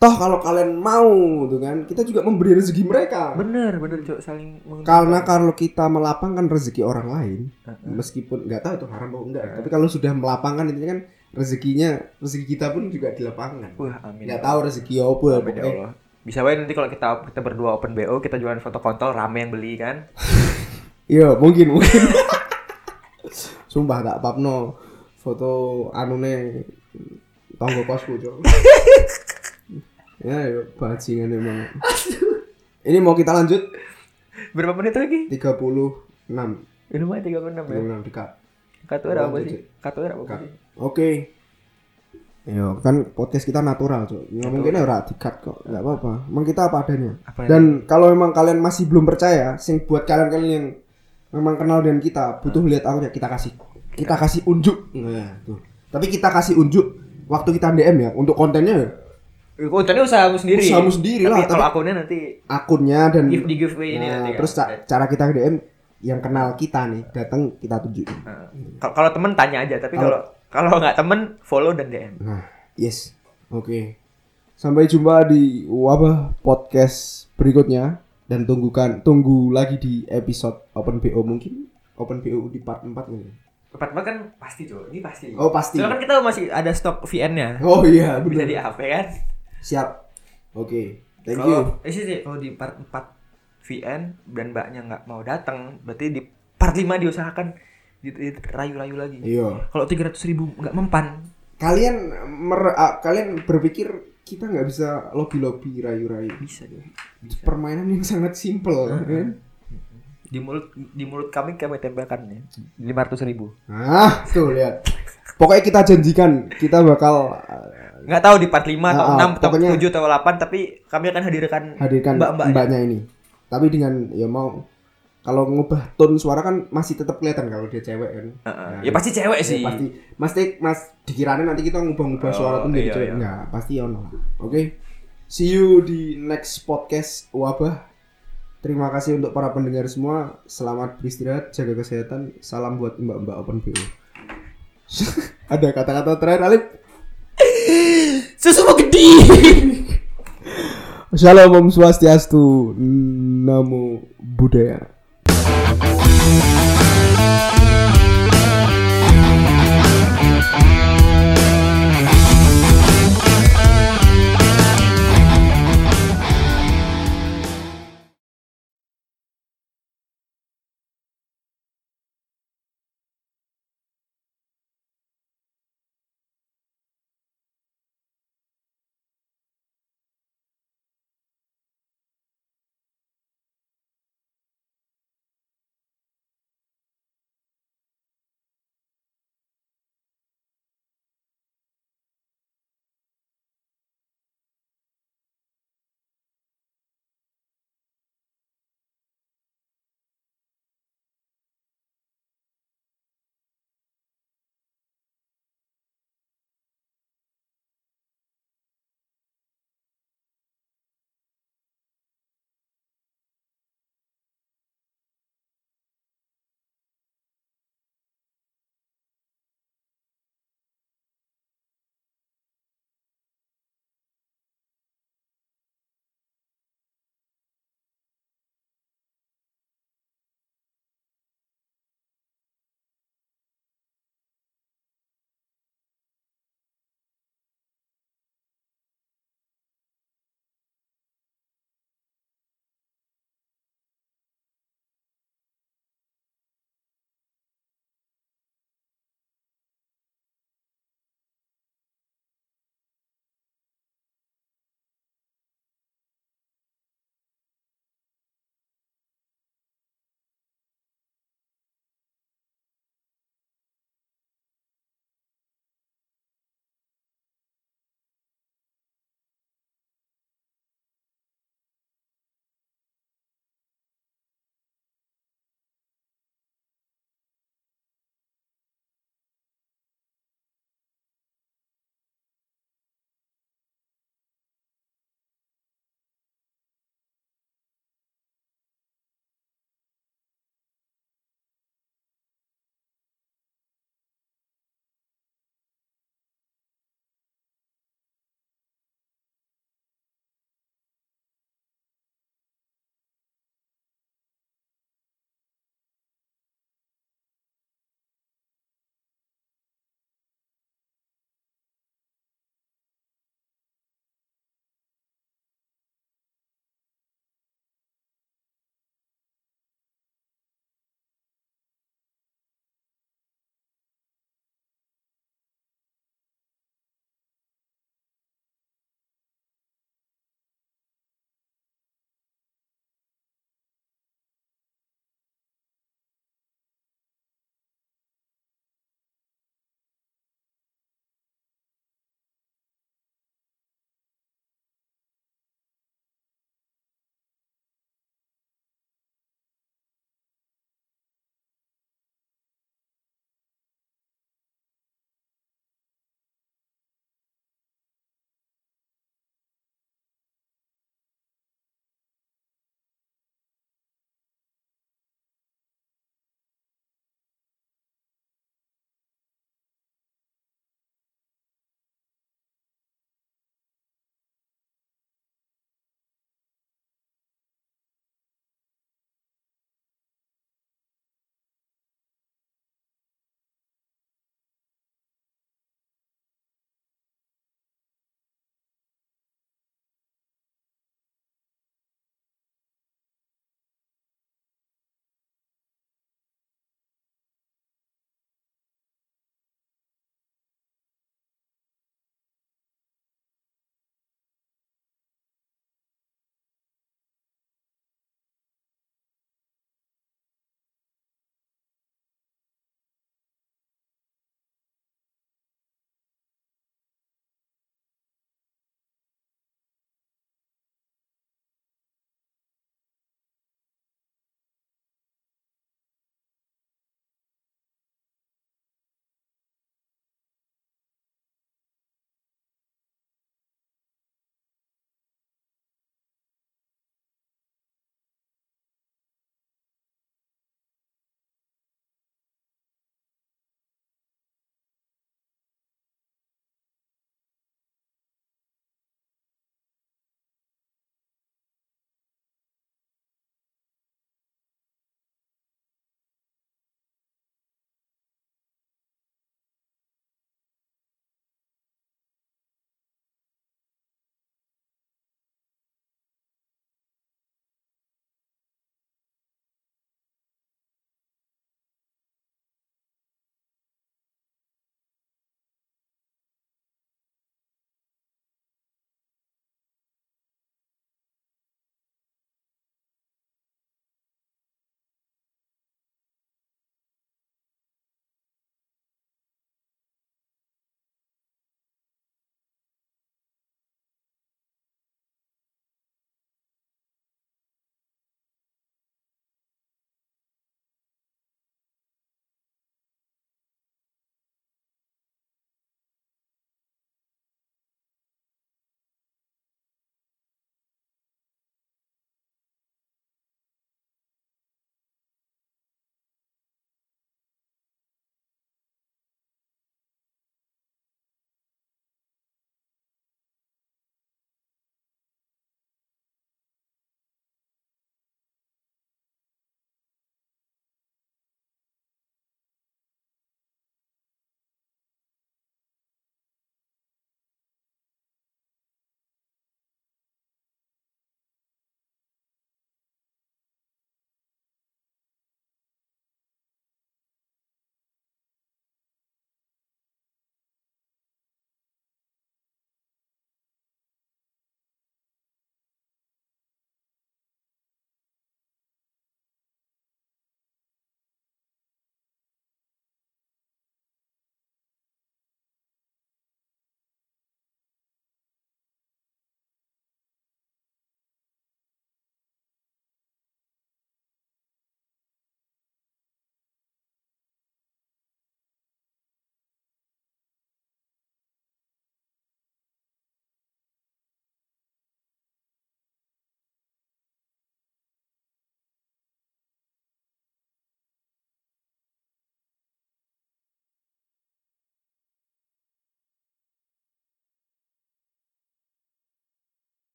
Speaker 1: toh kalau kalian mau tuh kan, kita juga memberi rezeki mereka.
Speaker 2: Bener, bener cok saling menguntungkan.
Speaker 1: Karena kalau kita melapangkan rezeki orang lain, meskipun nggak tahu itu haram atau enggak, tapi kalau sudah melapangkan itu kan rezekinya rezeki kita pun juga dilapangkan.
Speaker 2: Wah amin.
Speaker 1: Nggak tahu rezeki apa ya
Speaker 2: Amin ya
Speaker 1: pokoknya.
Speaker 2: Allah. Bisa wae nanti kalau kita kita berdua open BO kita jualan foto kontol rame yang beli kan.
Speaker 1: Iya, mungkin mungkin. Sumpah tak papno. foto anune tanggo kosku cok ya ya, bajingan emang ini mau kita lanjut
Speaker 2: Berapa menit lagi?
Speaker 1: 36 36
Speaker 2: Ya, lumayan 36 ya.
Speaker 1: dekat
Speaker 2: Katoer apa
Speaker 1: Lumayan,
Speaker 2: sih?
Speaker 1: Cek.
Speaker 2: Katoer apa
Speaker 1: Iya. Kak.
Speaker 2: sih?
Speaker 1: Oke. Yo, kan podcast kita natural, Cok. Ngomonginnya ora dikat kok, enggak apa-apa. Emang kita apa adanya.
Speaker 2: Apa
Speaker 1: Dan kalau emang kalian masih belum percaya, sing buat kalian-kalian yang memang kenal dengan kita,
Speaker 2: Nah.
Speaker 1: butuh lihat aku ya kita kasih. Kita kasih unjuk.
Speaker 2: ya,
Speaker 1: Nah, tuh. Tapi kita kasih unjuk waktu kita DM ya untuk kontennya ya,
Speaker 2: Ya, kontennya usahamu sendiri.
Speaker 1: Usahamu sendiri
Speaker 2: Tapi
Speaker 1: lah,
Speaker 2: Kalau
Speaker 1: tapi-
Speaker 2: akunnya nanti
Speaker 1: akunnya dan
Speaker 2: give di giveaway ini
Speaker 1: Nah,
Speaker 2: nanti. kan.
Speaker 1: terus ca- cara kita DM yang kenal kita nih datang kita tunjukin.
Speaker 2: Nah,
Speaker 1: Hmm.
Speaker 2: kalau- kalau temen tanya aja, tapi kalau kalau nggak temen follow dan DM.
Speaker 1: Nah, yes. Oke. Sampai jumpa di wabah podcast berikutnya dan tunggukan tunggu lagi di episode Open BO mungkin Open BO di part 4 mungkin.
Speaker 2: Pertama kan pasti tuh, ini pasti.
Speaker 1: Oh, pasti.
Speaker 2: Soalnya kan kita masih ada stok VN-nya.
Speaker 1: Oh iya,
Speaker 2: Bisa
Speaker 1: bener.
Speaker 2: di HP kan?
Speaker 1: Siap. Oke. Thank you.
Speaker 2: Kalau- Eh sih, sih, kalau di part 4 VN dan mbaknya nggak mau datang, berarti di part 5 diusahakan di- di- rayu-rayu lagi.
Speaker 1: Iya.
Speaker 2: Kalau 300 ribu nggak mempan,
Speaker 1: Kalian mer- ah, kalian berpikir kita nggak bisa lobby-lobby rayu-rayu.
Speaker 2: bisa deh. Bisa.
Speaker 1: Permainan yang sangat simple kan?
Speaker 2: Di mulut di mulut kami kami tembakannya 500 ribu.
Speaker 1: Ah, tuh lihat. Pokoknya kita janjikan kita bakal ah,
Speaker 2: Nggak tahu di part 5 atau
Speaker 1: Ah, ah,
Speaker 2: 6 atau
Speaker 1: pokoknya-
Speaker 2: 7 atau 8 tapi kami akan hadirkan
Speaker 1: hadirkan
Speaker 2: mbak-mbaknya.
Speaker 1: mbaknya ini. Tapi dengan ya mau kalau ngubah tone suara kan masih tetap kelihatan kalau dia cewek kan.
Speaker 2: Heeh.
Speaker 1: Nah,
Speaker 2: ya pasti cewek
Speaker 1: ya
Speaker 2: sih.
Speaker 1: pasti pasti mas dikiranya nanti kita ngubah-ngubah
Speaker 2: Oh,
Speaker 1: suara tuh jadi
Speaker 2: iya,
Speaker 1: cewek
Speaker 2: iya.
Speaker 1: enggak, pasti ya ono. lah. Oke. See you di next podcast wabah. Terima kasih untuk para pendengar semua. Selamat beristirahat, jaga kesehatan. Salam buat mbak-mbak Open BO. Ada kata-kata terakhir Alif.
Speaker 2: Susu mau gede.
Speaker 1: Shalom Om Swastiastu. Namo Buddhaya.